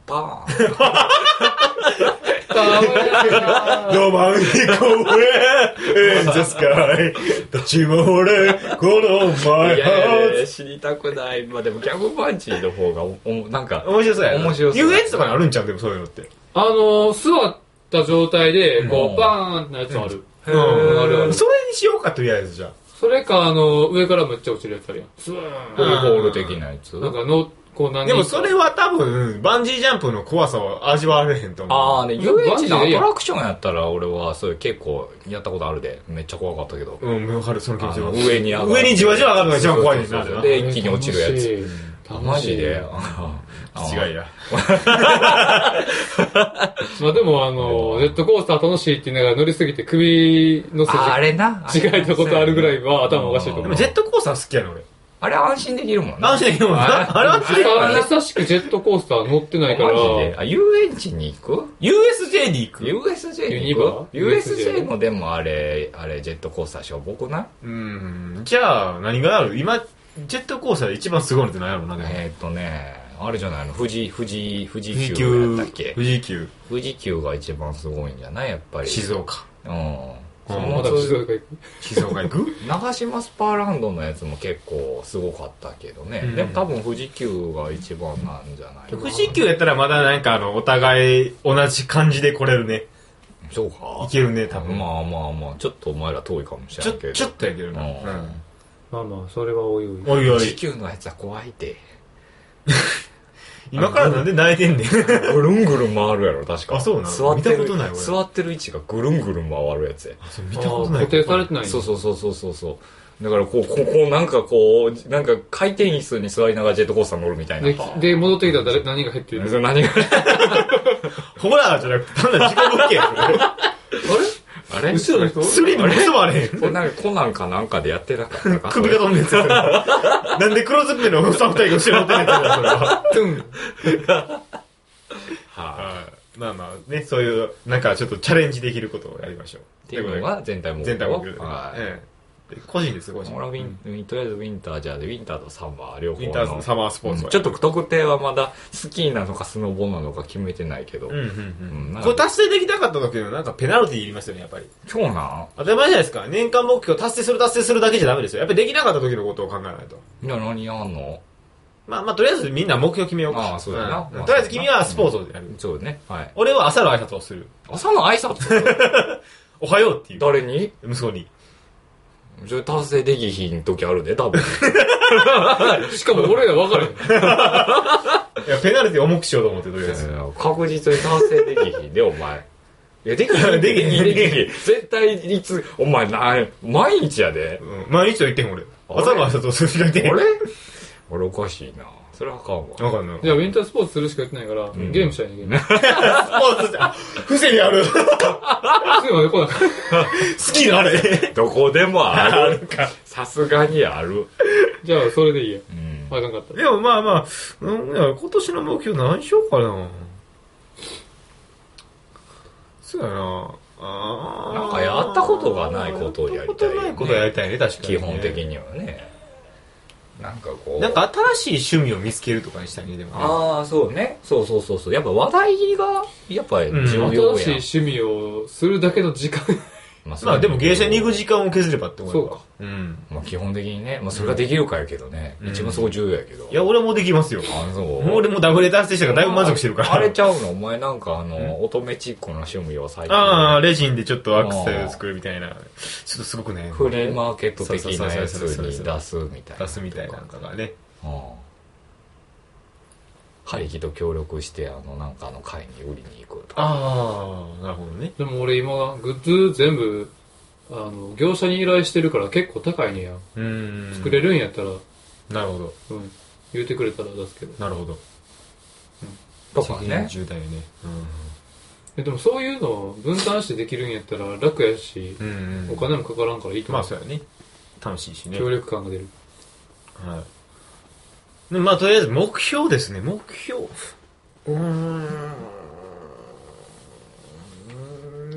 バーンロマンにこれ、エンジェスカイ、立ち漏れ、このマいイやいハやいーやツ。知りたくないまあでもギャグパンチの方がおおなんか面白そうやな面白そう遊園地とかにあるんちゃうでもそういうのって。あの、座った状態で、こうんう、バーンってなやつある。へーあるあるそれにしようか、とりあえずじゃそれか、あの、上からめっちゃ落ちるやつあるやん。スーンホール的なやつなんかの、こう何あ。でもそれは多分、バンジージャンプの怖さは味わわれへんと思う。ああねうん遊園地のアバンジーでいいトやんラクションやったら俺はそれ結構やったことあるでめっちゃ怖かったけどうん、わかる、その気持あちのは。上に上がる上にじわじわ上がるのが一番怖いねんそうな。そうそうあれなで一気に落ちるやつつマジで違いや。まあでもあの、ジェットコースター楽しいって言いながら乗りすぎて首の筋ああれなあれ違えたことあるぐらいは頭おかしいとで思もう。ジェットコースター好きやねん、俺。あれ安心できるもんな安心できるもんあな。あれは強いからね。久しくジェットコースター乗ってないからマ、ジであ遊園地に行く USJ に行く USJ ユにニ行バく ?USJ もでもあれ、あれ、ジェットコースターしょぼくないうーん、じゃあ、何がある今、ジェットコースターで一番すごいのって何やろうな、でもえーっとね、あれじゃないの富士富士富士急やったっけ富士急。富士急が一番すごいんじゃないやっぱり静岡。うんそうんのまた静岡行く静岡 行く長島スパーランドのやつも結構すごかったけどね、うんでも多分富士急が一番なんじゃないかな富士急やったらまだなんかあの、お互い同じ感じで来れるね。そう行かけるね、多分。まあまあまあちょっとお前ら遠いかもしちれょ、んけどちょっとやけどな。うんうんまあまあ、それはおいおい。おいお富士い。急のやつは怖い て今からなんで泣いてんねん。ぐるんぐるん回るやろ確かあそうなの座ってる見たことない俺座ってる位置がぐるんぐるん回るやつやそう見たことなあーい。固定されてないそうそうそうそうそうそうだからこうこうこうなんかこうなんか回転椅子に座りながらジェットコースター乗るみたいなでで、戻ってきたら誰何が入ってるそれ何がホラーじゃなくて、単なる事故物件やあれ後ろの人ろ。スリルもクソもあれへん。これなんかコナンかなんかでやってなかったか首が飛んで るやつ。なんで黒ずくめのおっさん二人が後ろ持ってんやつだ、それは。トゥンはまあまあね、そういう、なんかちょっとチャレンジできることをやりましょう。いっていうのが全体目全標体目標で。はいええで個人ですよ、個人。俺はウィン、とりあえずウィンターじゃあでウィンターとサンバー両方ウィンターズサマースポーツうはんちょっと特定はまだスキーなのかスノボなのか決めてないけど、うんううんんう。なんんかこれ達成できなかった時のなんかペナルティーいりますよね、やっぱり。今日な当たり前じゃないですか。年間目標達成する達成するだけじゃダメですよ。やっぱりできなかった時のことを考えないと。じゃあ何やんのまあまあ、とりあえずみんな目標決めようか。ああそうだなうんとりあえず君はスポーツをやる。そうねはい俺は朝の挨拶をする。朝の挨拶おはようっていう。誰に息子に。それ達成できひん時あるで多 分しかも俺ら分かれへん。いや、ペナルティー重くしようと思って、とりあえず。確実に達成できひんでお前いやできひん できひんできひん絶対いつお前な毎日やでうん毎日は言ってへん、俺。あれ朝の挨拶をするしか言ってあへん。 れ俺おかしいなそれはあかんわわかんない。じゃあ、ウィンタースポーツするしか言ってないから、ゲームしたいね、ゲーム。すスポーツって、あ不正にあ る。ぐまで来なかっ好きなあれ。どこでもああるるか。さすがにあるた。じゃあ、それでいいや。うんあかんかった。でもまあまあ、うん、いや今年の目標何しようかな。そうやな。あーなんかやったことがないことをやりたいよねやったことないことをやりたいね、確かに、基本的。にはねなんかこうなんか新しい趣味を見つけるとかにしたいね、でもね。ああそうねそうそうそうそうやっぱ話題がやっぱり重要や、ん新しい趣味をするだけの時間。まあまあでも芸者に行く時時間を削ればって思えば。そうか。うん。まあ基本的にね、まあ、それができるかやけどね、うん一番そこ重要やけどいや、俺もできますよ。あそうもう俺もダブル達成したからだいぶ満足してるから。あれちゃうのお前なんかあの、乙女チックの趣味を最近ああ、レジンでちょっとアクセル作るみたいな。ちょっとすごくね。フリーマーケット的なやつそうそうそうそうそにう出すみたいな出すみたいなのとかね。うん廃棄と協力してあのなんかあの会に売りに行くとかああ、なるほどね。でも俺今、グッズ全部、あの、業者に依頼してるから結構高いねや。うん。作れるんやったら、なるほど。うん。言うてくれたら出すけど。なるほど。とかね重大よね。えでもそういうのを分担してできるんやったら楽やし、うん。うん、お金もかからんからいいとま思あう。そうやね。楽しいしね。協力感が出る。はい。でまあとりあえず目標ですね。目標。うーん。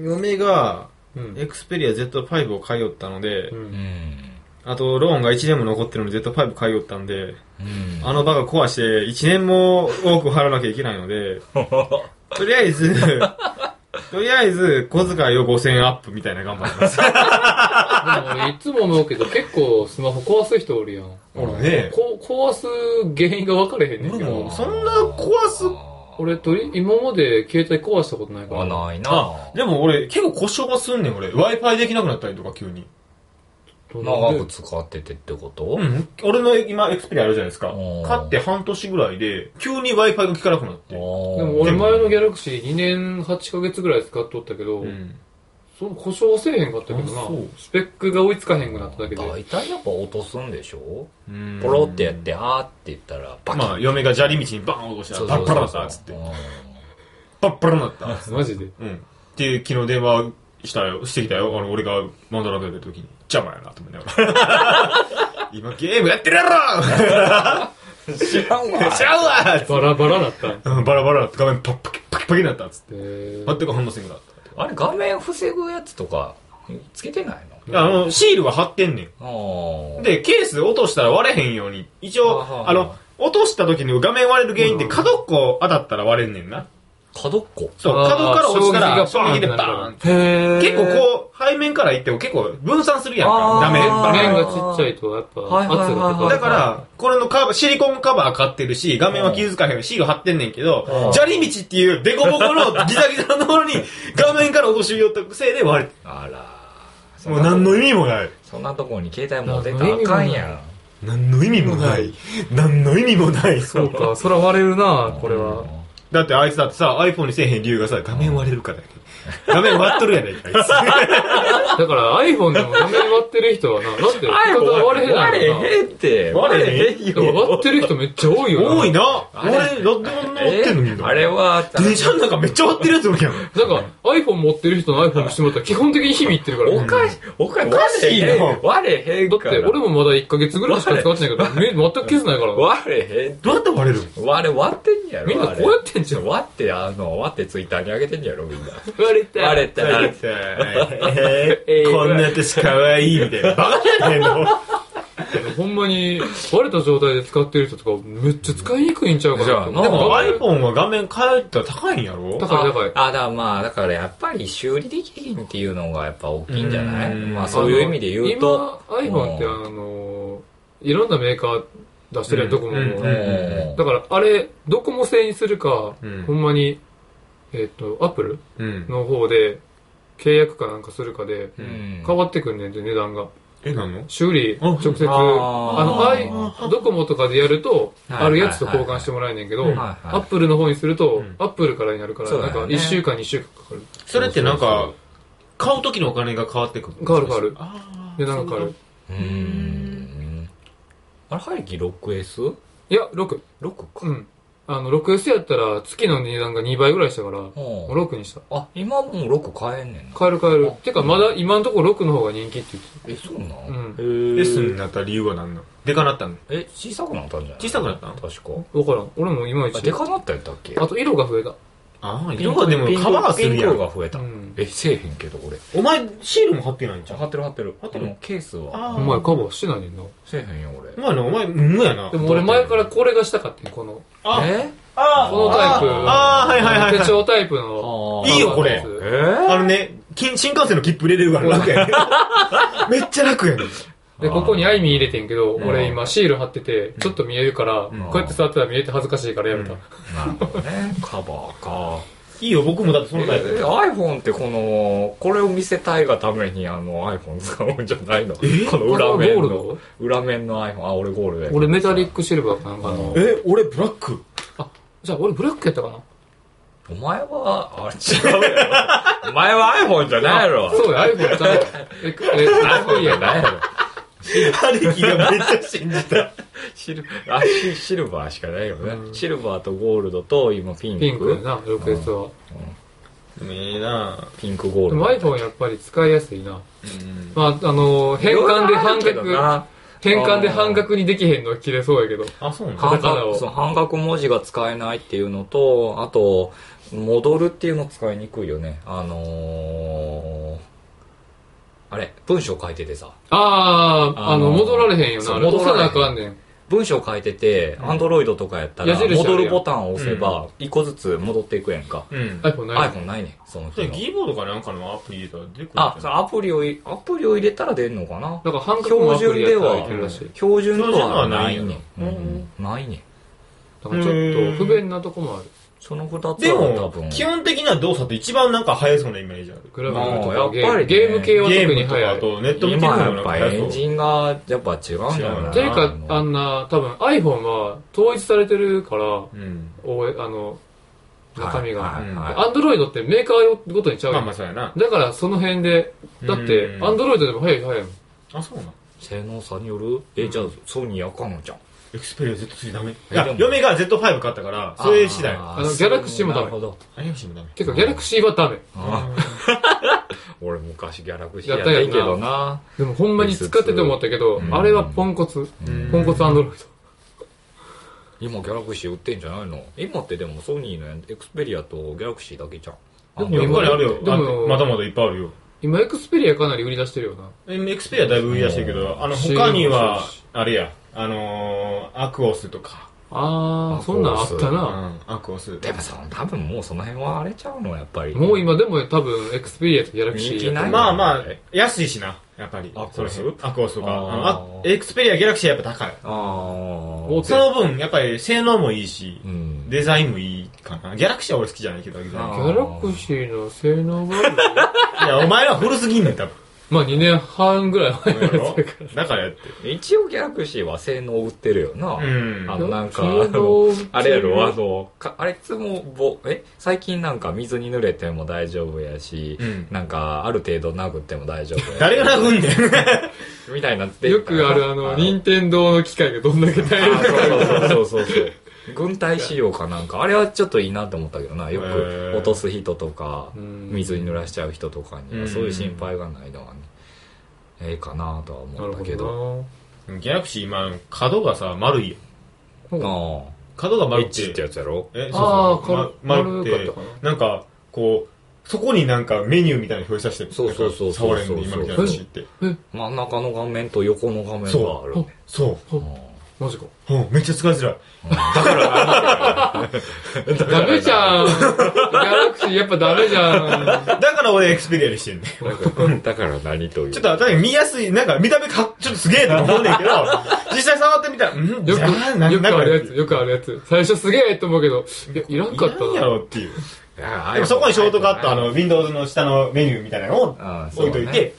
嫁が、うん。エクスペリア Z5 を買いよったので、う。うんんあと、ローンが1年も残ってるので Z5 買いよったんで、うんあのバカ壊して1年も多く払わなきゃいけない ので、とりあえず、とりあえず、小遣いを5000円アップみたいな頑張りま す。でも俺いつも思うけど結構スマホ壊す人おるやん。俺ね、こ壊す原因が分かれへんねんけ俺ども。そんな壊す俺とり、今まで携帯壊したことないから。あないなあ、でも俺結構故障がすんねん俺。Wi-Fi できなくなったりとか急に。どんな長く使っててってこと、うん、俺の今エクスペリアあるじゃないですかうん。買って半年ぐらいで、急に Wi-Fi が効かなくなって。でも俺前のギャラクシー2年8ヶ月ぐらい使っとったけど、うん。その故障せえへんかったけどあそうな、スペックが追いつかへんくなっただけで。大体やっぱ落とすんでしょうんポロってやっ。て、あーって言ったら、バキッまあ、嫁が砂利道にバーン落としたら、パッパラだったっつってうん。パッパラだった。マジで。うん。っていう昨日電話したよ、してきたよ。あの、俺がマンダラクやってる時に。邪魔やな、と思いながら。今ゲームやってるやろ知らんわ。知らんわつってバラバラだった。うんバラバラだって画面パッパキパキパキになったっつって。え全く反応せんくなった。 あれ、画面防ぐやつとか、つけてないあの、シールは貼ってんねん。のあー。で、ケース落としたら割れへんように、一応、はあはああの、落とした時に画面割れる原因って角っこ当たったら割れんねんな。角っこそう、あー角から落ちたら、衝衝撃がバーン撃でってなるバーン。へ結構こう、背面から行っても結構分散するやんあか。ーダメ。バー面ンがちっちゃいとやっぱはいはいはい圧がかかはいるだかからら、これのカバー、シリコンカバー買ってるし、画面は傷つかへんシール貼ってんねんけうどん、砂利道っていうデコボコのギザギザのところに画面から落とし寄ったせいで割れあらて。もう何の味意味もない。そんなとこに携帯持ってたらあかんやん何の意味もない。何の意味もない。そうかそれは割れるなこれはだってあいつだってさ、iPhone にせえへん理由がさ、画面割れるからやね画面割っとるやないか、あいだから iPhone でも画面割ってる人はなだってあ方は割れへんや割ろなれへんって割れへん割れへんでも割よってる人めっちゃ多いつ。よ多いなな。あれ、ラッドンの折ってんのみんえな。あれは電車の中めっちゃ割ってるやつおるやん。だから iPhone 持ってる人の iPhone してもらったら基本的に日々いってるからおかしいおかしいおかしいな割れへんだっからて俺もまだ1ヶ月ぐらいしか使ってないから目全く消せないからな割れへんどうやって割れる割れ割ってんやろみんなあれこうやってんじゃん割ってあの割ってツイッターに上げてんやろみんな割れた割れた割れたえー こんな私可愛いみたいな。バカじゃねえの。ほんまに割れた状態で使ってる人とかめっちゃ使いにくいんちゃうかじゃなあとなん思うでかも iPhone は画面変えたら高いんやろ高い高いあ、あだからまあ、だからやっぱり修理できひんっていうのがやっぱ大きいんじゃないうーんまあそういう意味で言うと。今 iPhone ってあのいろんなメーカー出してるやんドコモうんもうんうんだからあれドコモ製にするか、うんほんまにえっ、とアップルうん。の方で契約かなんかするかでううん変わってくんねんって値段がえ、なんの修理あ直あー接あのあいドコモとかでやるとはいはいはいあるやつと交換してもらえんねんけど、はいはいアップルの方にすると、うんアップルからになるから、そうだなんよねか1週間2週間かかるそれってなんそうかそう、買う時のお金が変わってくる変わる変わるあー値段が変わるうーん。あれ、廃棄 6S?6 いや6か。うんあの 6S やったら月の値段が2倍ぐらいしたからもうんう6にしたあ、今もう6買えんねんな。買える買えるてかまだ今のところ6の方が人気って言ってえ、そうなん、うんへー S になった理由は何なのでかなったのえ、小さくなったんじゃない小さくなったの確か。た分からん俺もいまいあ、ちでかなったやったっけあと色が増えたああ、色がでもカバーするピンやクん。が増えた。うんえ、せえへんけど俺。お前、シールも貼ってないんじゃん。貼ってる貼ってる。貼ってるあのケースあは。ーお前カバーしてないねんなせえへんよ俺。まあな、お前、無やな。でも俺前からこれがしたかったこのあ、えあこのタイプああ、はいはいはい手はい。帳タイプのあーいいよこれカバーのやつあえのね、き新幹線の切符入れれるから 楽やねめっちゃ楽やねで、ここにアイミン入れてんけど、ん俺今シール貼ってて、ちょっと見えるから、んこうやって座ってたら見えて恥ずかしいからやめた。うんなるほどね。カバーか。いいよ、僕もだってそえのタイプ。 iPhone ってこの、これを見せたいがためにあの iPhone 使うんじゃないのこの裏面これはゴーのル、裏面の iPhone。あ、俺ゴールド俺メタリリックシルバーかなんかの。え、俺ブラックあ、じゃあ俺ブラックやったかなお前は、あ、違うやろ。お前は iPhone じゃないやろ。そうや、iPhone ちゃんと。え、え、 iPhone iPhone じゃやないな。やろ。ハリキがめっちゃ信じた。シルあシシルバーしかないよね、シルバーとゴールドと今ピンクピンクやな、6S は。でもええなピンクゴーでルもド iPhone やっぱり使いやすいな。うん。まあ、あのー、変換で半いろいろあ角、変換で半角にできへんのは切れそうやけど。あ、そうなカ半タカナ角をその半角文字が使えないっていうのとあと戻るっていうの使いにくいよねあのー、あれ文章書いててさああ、あの、あのー戻られへんよそな。うあれ押戻られへさなんあかんねん。文章書いてて、アンドロイドとかやったら矢印あるやん戻るボタンを押せば一個ずつ戻っていくやんか、うん。 iPhone ない。 iPhone ないねその機で能ギーボードかなんかのアプリ入れたら出てくるんじゃあないそのアプリをいアプリを入れたら出るのかななんか半角のアプリやったらいけるらしい。標準とはない標準ねのはないようんないねだからちょっと不便なとこもある。その二つはで多も分、基本的な動作って一番なんか早そうなイメージある。グラフィックとあかーゲやっぱームりねゲーム系はゲ特ーにムとか早い。あっとネット見て今くるやのっがぱエン早そう。ジンがやっぱ違うんだよな違うていうか、あのんな、多分 iPhone は統一されてるから、うん。おえあの、中身はが。いはいはい Android ってメーカーごとにちゃうまやんあまあそうやな。だからその辺で、だってうん Android でも早い早いもん。あ、そうな。性能差によるえじゃあソニーあかんのじゃんエクスペリア Z3 ダメ。いえやでも嫁が Z5 買ったから、それ次第。ああーあのギャラクシーもダメなるほどれ欲しいもダメ。てか Galaxy はダメ。あー俺昔ギャラクシーややっったたやんなけどなでもほんまに使ってて思ったけど、うんあれはポンコツ。ポンコツ Android。今ギャラクシー売ってんじゃないの今ってでもソニーのエクスペリアとギャラクシーだけじゃんでものやっぱりあるでもよ。あまだまだいっぱいあるよ。今 Xperia かなり売り出してるよな。えエクスペリアだいぶ売り出してるけうど、あの、シール他にはもそうだし、あれや、あのー、アクオスとか、ああそんなんあったうな、ん、アクオス。でもその多分もうその辺は荒れちゃうのやっぱりもう今でも多分エクスペリアとギャラクシ人気ーないまあまあ、安いしな、やっぱり。アクオスそれアクオスとか。あーあのあエクスペリア、ギャラクシーはやっぱ高い。ああ大手その分、やっぱり性能もいいし、うんデザインもいいかな。ギャラクシーは俺好きじゃないけど、ギャラあクーシギャラクシーの性能があるーいや、お前ら古すぎんねん、多 分。 まあ2年半ぐらい前のややつろだからだからやって。一応ギャラクシーは性能売ってるよな、うんあのなんかあ性能売のってるあれやろあのかあれいつもぼえ最近なんか水に濡れても大丈夫やし、うんなんかある程度殴っても大丈夫や誰が殴んね ん。みたいなってよくあるあの任天堂の機械がどんだけ大あ変かそうそうそうそうそう軍隊仕様かなんかあれはちょっといいなと思ったけどなよへくー落とす人とかうん水に濡らしちゃう人とかにうはんそういう心配がないのはねええかなとはな思るったほけどどギャラクシー、今、角がさ、丸いよ。ななあ角があ丸エッっチて。ってやつやろえ、あそうーそうかま丸っ丸てかったか、なんか、こう、そこになんかメニューみたいなの表示させて、そうそうそうそうなんか触れんで、今のギャラクシーって。真ん中の画面と横の画面があるねそう。マジかうん、めっちゃ使いづらい。ダメじゃんギャラクシーやっぱダメじゃんだから俺エクスペリアにしてんねん。だからだから何というちょっと確かに見やすい、なんか見た目か、ちょっとすげえと思うね んけど、実際触ってみたら、うんよじゃあなくよくあるやつなんかよくあるやつ最初すげえと思うけどいやいらんかっいらんやたなろっていう。あでもそこにショートカット、あの、Windows の下のメニューみたいなのをあーそう置いねといて、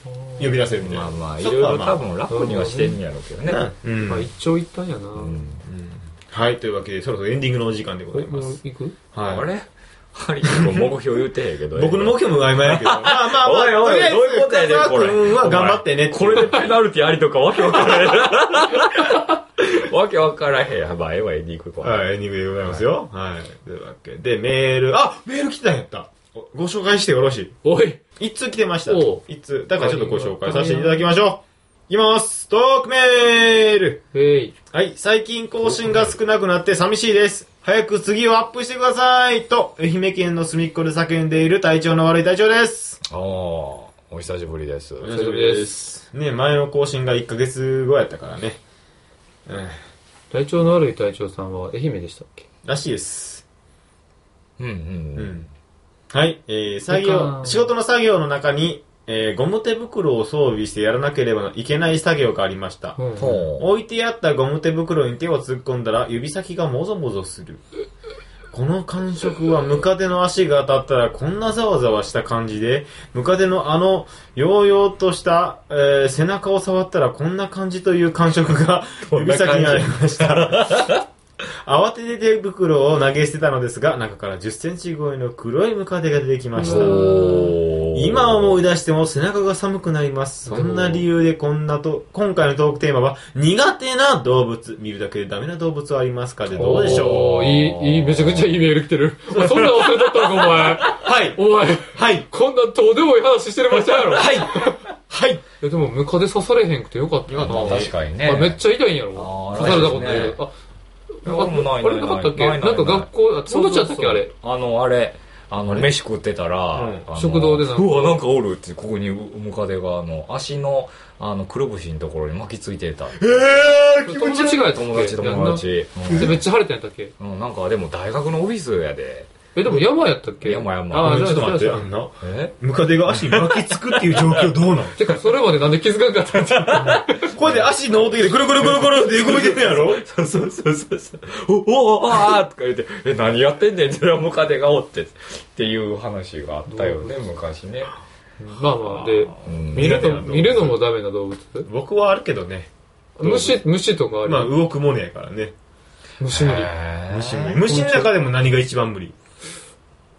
呼び出せるみたいな。まあまあいろそこいろはまあ多分楽にはしてんやろうけどねうんまあ一長一短やなうんはい、というわけで、そろそろエンディングのお時間でごえざいもまうす。行くはい。あれハリー君目標言うてへんけど 僕の目標も曖昧 やけど。まあまあまおあ、いおい、どういうことやねん、これ。君は頑張ってねっていうこれでペナルティありとかわけわからへん。わけわからへん。やばい、ええわ、エンディングこれ。はい、エンディングでございますよ。はい。というわけで、メール、あメール来てたんやった。おご紹介してよろしい。おい一通来てましたおう。一通。だからちょっとご紹介させていただきましょう。いきます。トークメール。えいはい。最近更新が少なくなって寂しいです。早く次をアップしてください。と、愛媛県の隅っこで叫んでいる体調の悪い体調です。ああ、お久しぶりです。久しぶりです。ね、前の更新が1ヶ月後やったからね。うん。体調の悪い隊長さんは愛媛でしたっけらしいです。うんう。うんん。はい。えー、作なん業、か仕事の作業の中に、えー、ゴム手袋を装備してやらなければいけない作業がありました。うんほ置いてあったゴム手袋に手を突っ込んだら指先がもぞもぞする。この感触はムカデの足が当たったらこんなざわざわした感じで、ムカデのあの、ようようとした、えー背中を触ったらこんな感じという感触 がどん指な感先じにありました。慌てて手袋を投げ捨てたのですが、中から10センチ超えの黒いムカデが出てきましう。た。おー今思い出しても背中が寒くなります。そんな理由でこんなと、今回のトークテーマは、苦手な動物。見るだけでダメな動物はありますかでどうでしょおーいい、いい、めちゃくちゃいいメール来てる。お前そんな忘れとったのか、うはいお前。おい、はいこんなどうでもいい話してる場所やろ。いはいはいや、でも、ムカデ刺されへんくてよかったな。よかった確かにねあ。めっちゃ痛いんやろあ。ー刺されたことないらしいけですど。あ、俺もないあれなかったっけなないんないか学校、あ、友達やったっけあれ。あの、あれ、あの、飯食ってたうらん、あの食堂でなんかうわ、なんかおるって、ここにムカデが、あの、足の、あの、くるぶしのところに巻きついてた。え友達がやったっけ友達、友。達。やんなでめっちゃ腫れたんやったっけうん、なんかでも大学のオフィスやで。え、でも山やったっけ山山あー、ーちょっじとゃあ、待っじて、ゃああ、んな、えムカデが足に巻きつくっていう状況どうな のてか、それまでなんで気づかんかったんじゃこれで足の音でくるくるくるくるって動いてるやろそうそうそうそうそう。おおああとか言って、え、何やってんねんって、ムカデがおって。っていう話があったよね、昔ね。 まあまあ、で、うん見るダメなの、動物見るのもダメな動物僕はあるけどね。虫、虫とかあまある。動くものやからね。虫無理。へー虫無理。虫の中でも何が一番無理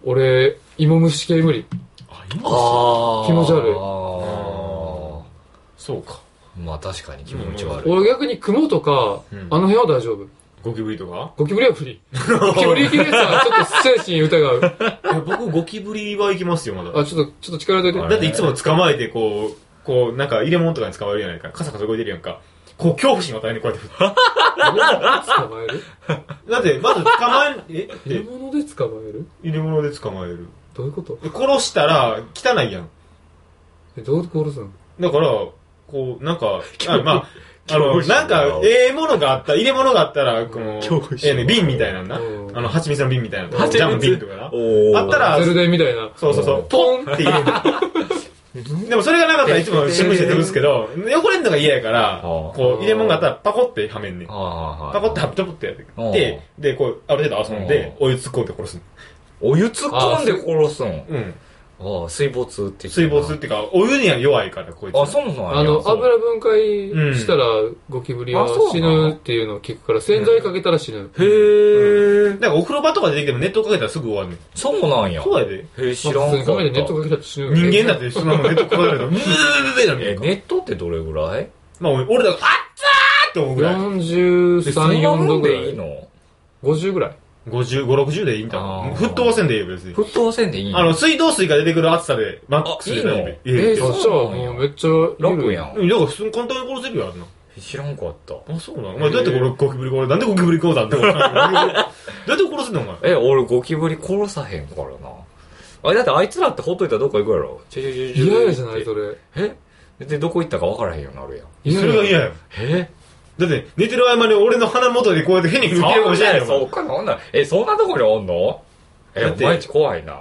俺、芋虫系無理。あ、今あー気持ち悪いあそうか。ーまあ確かに気持ち悪い。俺逆に雲とか、うんあの辺は大丈夫。ゴキブリとかゴキブリは 不利。ゴキブリ系さ、ちょっと精神疑う。いや僕ゴキブリは行きますよまだあ、ちょっと、ちょっと力入れといあて。だっていつも捕まえてこうこうなんか入れ物とかに捕まえるやないかカサカサ動いてるやんかこう恐怖心を与えにこうやって振っ捕まえ るてだってまず捕まええ獲え物で捕まえる入れ物で捕まえるどういうことで殺したら汚いやんえ、どう殺すの だからこうなんかあまああの、なんか、ええものがあった、入れ物があったら、この、恐怖え心えね、瓶みたいなんだ。あうんの、蜂蜜の瓶みたいな蜂蜜ジャムの瓶とかな。おーあったらゼルデンみたいな。そうそうそう、ポンって入れる。 でもそれがなかったらいつも新聞紙で潰すけど、汚れんのが嫌やから、ああこう、入れ物があったらパコってはめんねん。ああ、はいパコってはめちょこってやってああ。で、で、こう、ある程度遊んああで、お湯突っ込んで殺すお湯突っ込んで殺すんの。うん。ああ、水没って。水没っていうか、お湯には弱いから、こいつ。あ、そうなんやあの、そう油分解したらゴキブリはあそう死なのぬっていうのを聞くから、洗剤かけたら死ぬ。へえ、だからお風呂場とかでできてもネットかけたらすぐ終わるねん。そうなんや。そうやで。へえ、知まらあん普通かっに考えてネッた。トかけたら死ぬよね。人間だってそんなもんネットかけら れたら、ブーブーブーブーえ、なんねんネットってどれぐらいまあ俺だから、あっつーって思うぐらい。 43、4度ぐらでいいい。の50ぐらい。 50、5、60でいいんだあもーん。沸騰せんでいいよ、別に。沸騰せんでいいのあの、水道水が出てくる暑さで、マックスで大丈夫あいいのえええええそそうしたらなんやもうめっちゃ楽やん。うん、だから普通に簡単に殺せるよ、あんな。知らんかった。あ、そうなのお前どうやってこれゴキブリ殺すなんでゴキブリ殺すんだって。どうやって殺すんだ、お前。え、俺ゴキブリ殺さへんからな。あれだってあいつらってほっといたらどっか行くやろ。ちょちょちょちょ嫌やじゃない、それ。えで、どこ行ったか分からへんようになるやん。嫌それが嫌や。えだって、寝てる合間に俺の鼻元でこうやって変にそ向けるかもうしれないよ。そうかな、ほんならえ、そんなとこにおんのえ、だおって前んち怖いな。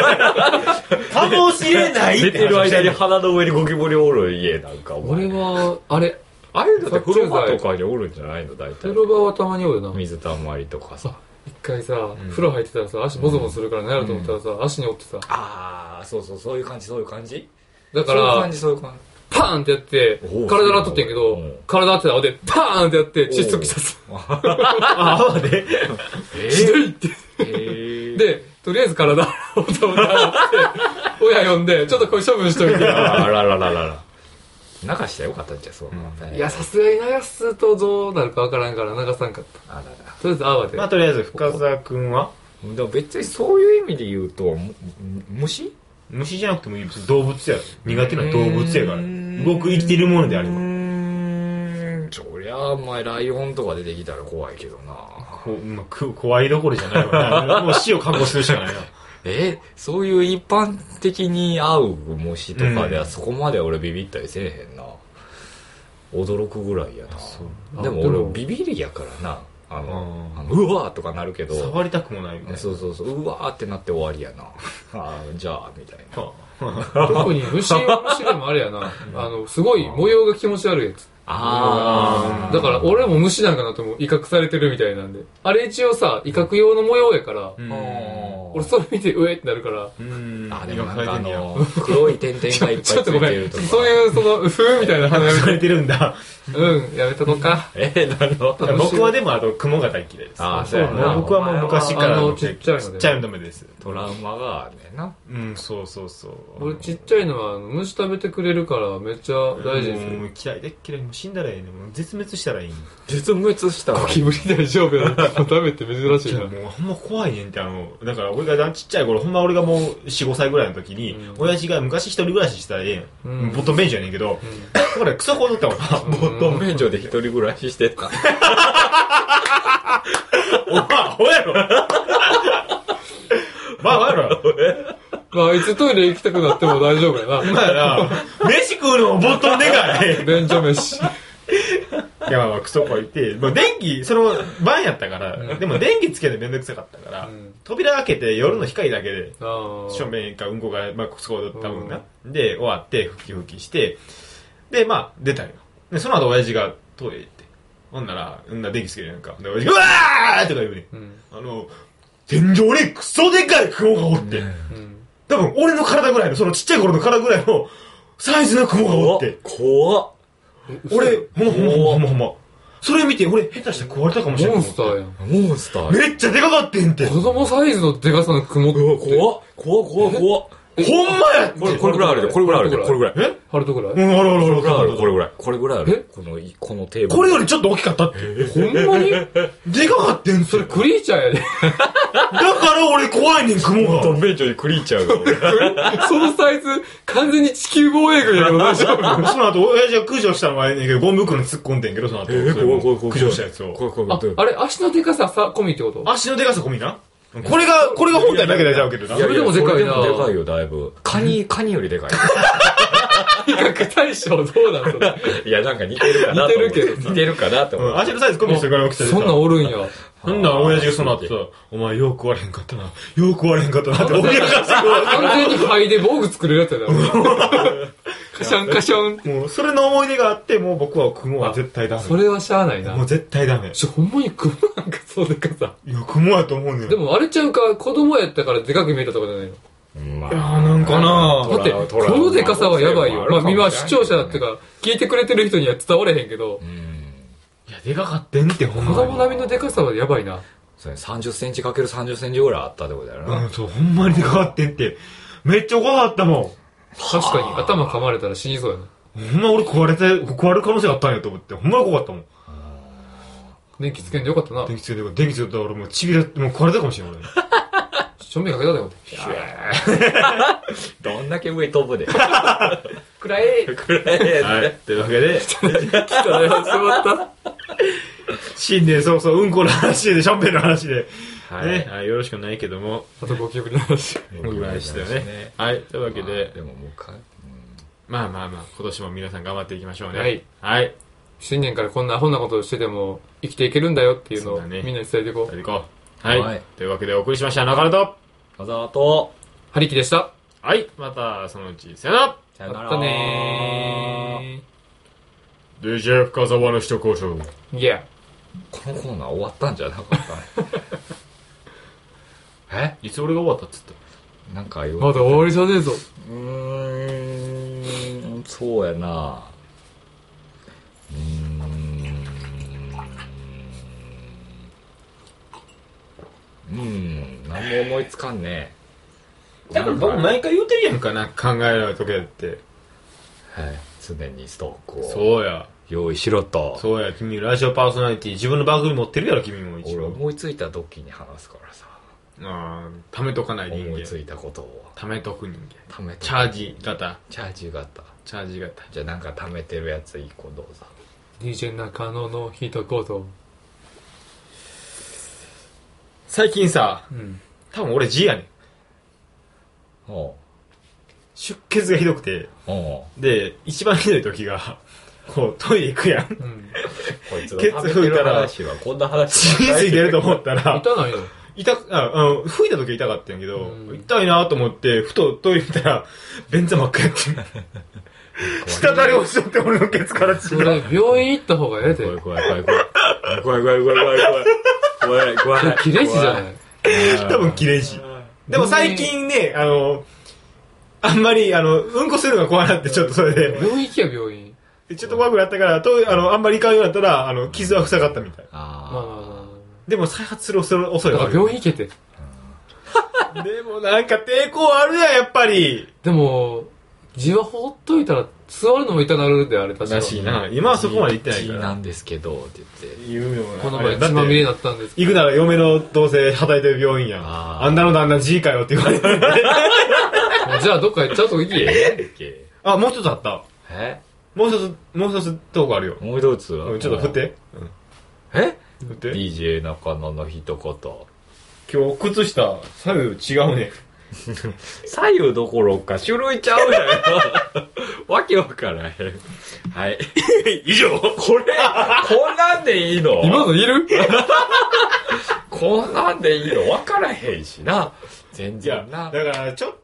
かもしれない寝っててる話間に鼻の上にゴキブリおる家なんか、お前俺は、あれ、あれだって風呂場とかにおるんじゃないの大風体。呂場はたまにおるな。水たまりとかさ。一回さ、風呂入ってたらさ、足ボソボソするからなると思ったらさ、足に折ってさ。あー、そうそう、そういう感じ、そういう感じ。だかそういうら感じ、、そういう感パーンってやっておう、体洗っとってんけおうど、体洗ってたらで、パーンってやって、窒息したす。あ、泡で。じ。ひどいって。えー、で、で、とりあえず体洗おうと思って洗って、親呼んで、ちょっとこれ処分しといて。あららららら。流したらよかったんじゃ、そう。 いや、さすがに流すとどうなるかわからんから流さんかった。あらら。とりあえず泡で。まあ、とりあえず、深澤くんはでも別にそういう意味で言うと、む虫虫じゃなくてもいい別に動物やろ苦手な動物やからうーん動く生きてるものであれうばーん、そりゃあ、お前ライオンとか出てきたら怖いけどな。こうまあく怖いどころじゃないわなもう死を覚悟するしかないなえ、そういう一般的に会う虫とかではうんそこまで俺ビビったりせえへんな。驚くぐらいやな。うでもあでも俺ビビりやからな。あの、あーあのうわーとかなるけど、触りたくもないみたいなそうそうそう、うわーってなって終わりやな。 あーじゃあ、みたいな。特 に虫は虫でもあれやな。あの、すごい模様が気持ち悪いやつ。あー。だから、俺も虫なんかなと思う。威嚇されてるみたいなんで。あれ一応さ、威嚇用の模様やから、うん俺それ見て、うえってなるから、うんあ、でもなんかあんだよの、黒い点々がいっぱいつ ちょっとごいてめるん。とか。そういう、その、うふーみたいな鼻されてるんだうん、やめとこうか。 え、なるほど。僕はでもあと雲が大嫌いですあー、そううややな。な僕はもう昔からあののちっちゃいのでちっちゃいのダメですトラウマがあんねんな。うんそうそうそう俺ちっちゃいのは、あの虫食べてくれるから、めっちゃ大事にすもる。う嫌いで嫌いもう死んだらええねんもう絶滅したらいいねん絶滅したわゴ。 キブリ大丈夫やな。 食べて珍しいな。もうほんま怖いねんってあのだから俺がちっちゃい頃ほんま俺がもう45歳ぐらいの時に、うん親父が昔一人暮らししてたらええやん、うんボットンベンチやねんけど、だからクソこうったもんな、ボットンベン免除で一人暮らししてた。お前アホやろまあ、お前ら、まあ、いつトイレ行きたくなっても大丈夫やお な。前ら、飯食うのもボットンでかい。便所飯。いや、まあまあ、クソこいて、まあ、電気、その、晩やったから、でも電気つけるのめんどくさかったから、ん扉開けて夜の光だけで、あー正面かうんこが、まあ、そこだったもんな。で、終わって、ふきふきして、で、まあ、出たよ。で、その後、親父がトイレ行って。ほんなら、うんな電気つけるやんか。で、親父が、うわーとか言うねん。うん。あの、天井にクソでかい雲がおって。うん。多分、俺の体ぐらいの、そのちっちゃい頃の体ぐらいの、サイズの雲がおって。怖っ。俺、ほんまほんまほんまほんま。それ見て、俺、下手して食われたかもしれない。モンスターやん。モンスターや。めっちゃでかかってんて。子供サイズのデカさの雲って。うわ、怖っ。怖っ、怖っ、怖っ。ほんまやってこれ、これぐらいあるで、これぐらいあるで、これぐらい。えハルトぐらいうん、あらあらあこられぐらいある、これこぐらい。これぐらいある。この、このテーブル。れよりちょっと大きかったって。ほんまにでかかってんそれ。だクリーチャーやで。 から俺怖いねん、雲 が。トンベンチョにクリーチャ ーが。そのサイズ、完全に地球防衛軍やけ ど大丈夫。その後、親父が駆除したのはええねんけど、ゴミ袋に突っ込んでんけど、その後。え、怖い、怖い、怖い。駆除したやつを。怖い、怖い、あ怖い、。あれ、足のデカささ込みってこと足のでかさ込みな。これが、これが本体だけでちゃうけどな。いやいやそれでもでかいなそれでもでかいよ、だいぶ。カニ、カニよりでかい。比 較対象どうなの いや、なんか似てるかなと思って。似てるけど似てるかなと思うっん、足のサイズ込みにしてから起きてそんなんおるんや。なんだ、親父がその後さ、お前よう食われへんかったな、よう食われへんかった なって大げらかして完全に肺で防具作れるやつやな。カシャンカシャン。もう、それの思い出があって、もう僕は雲は絶対ダメ。それはしゃあないなもう。絶対ダメ。ちょ、ほんまにクマなんかそうでかさ。いや、雲やと思うねん。で、もあれちゃうか、子供やったからでかく見えたとかじゃないの。て。まいやーなんかなだって、このでかさはやばいよ。まあ、今視聴者っていうか。か、聞いてくれてる人には伝われへんけどう、ん。いや、でかかってんって、ほん子ま供に。並みのでかさはやばいな。そうね、30センチかける30センチぐらいあったってことだような。ん、そう、ほんまにでかかってんって。めっちゃ怖かったも確かに頭噛まれたら死にそうやな。ん。ほんま俺食われて、食われる可能性あったんやと思って、ほんまに怖かったもん。電気つけんでよかったな。電気つけて、電気つけたら俺もうちびらって、もう食われたかもしれない。正面かけたでよ。いやーどんだけ上飛 ぶで。暗い。くらいやい。というわけで、汚い。しまった。 新年そうそう、うんこの話で、シャンペンの話で、はいね、はい、よろしくないけども、 あとご記憶の話。僕ぐらいしたよそうですねね。はい、というわけで、でももう一回。まあまあまあ、今年も皆さん頑張っていきましょうね。はい。はい。新年からこんなアホなことをしてても、生きていけるんだよっていうのをそうだみんねなに伝えていこやっう。ていこう。はい。はいというわけでお送りしました、中野と。わざわと、はりきでした。はい。また、そのうち、さよならさよなまら。たね !DJ 深沢の視聴交渉。ー。いや。このコーナー終わったんじゃなか ったねえいつ俺が終わったっつったなんか言まわだ終わりじゃねえぞ。うーんそうやなうーんうーん何も思いつかんねだから僕毎回言うてるやんかな、考えないときだって。はい常にストックをそうや。用意しろとそうや、君、ラジオパーソナリティ、自分の番組持ってるやろ、君も一俺応。思いついた時に話すからさああ、ためとかない人思いつ間。いたことをためとく人間。貯めてチャージ型。チャージ型チャージ型。じゃあなんか貯めてるやつ一個どうぞ DJ 中野の一言。最近さ、うん。多分俺 G やねん。おう出血がひどくて。おうで、一番ひどい時が、こう、トイレ行くやうん。ん。こいつケツ食べてる話はこんな話血 ついてると思ったら、痛ないの痛く、あ、あの、吹いた時は痛かったんやけど、うん痛いなと思って、ふとトイレ見たら、便座真っ赤やってん。滴り落ちとって俺のケツから血そが。れ、病院行った方がええで。怖い怖い怖い怖い怖い怖い怖い怖い怖い怖い怖い怖い切れ字じゃない。多分綺麗し。でも最近ね、あの、あんまり、あの、うんこするのが怖いなって、ちょっとそれで。病院行きや、病院。でちょっと怖くなったから、と、あの、あんまり行かんようになったら、あの、傷は塞がったみたい。まあまああまでも再発する恐れ恐あ。れだはかあらる。病院行けて。でもなんか抵抗あるやん、やっぱり。でも、じわほっといたら座るのも痛なるんで、あれ確か。らしいな。今はそこまで行ってないか G なら。んですけどって言って言うのもなこの前、だっ血まみれになて、ったんですけ行くなら嫁のどうせ働いてる病院やん。あーあんなの旦那 G かよって言われて。ど。じゃあ、どっか行っちゃうとこ行き。 あ、もう一つあった。えもう一つ、もう一つトークあるよ。もう一つうんちょっと振って。え振って。 DJ 中野の一言今日靴下、左右違うね。左右どころか種類ちゃう やんわけわからへんはい 以上これこんなんでいいの今のいるこんなんでいいのわからへんしな全いや、然だなから、ちょっ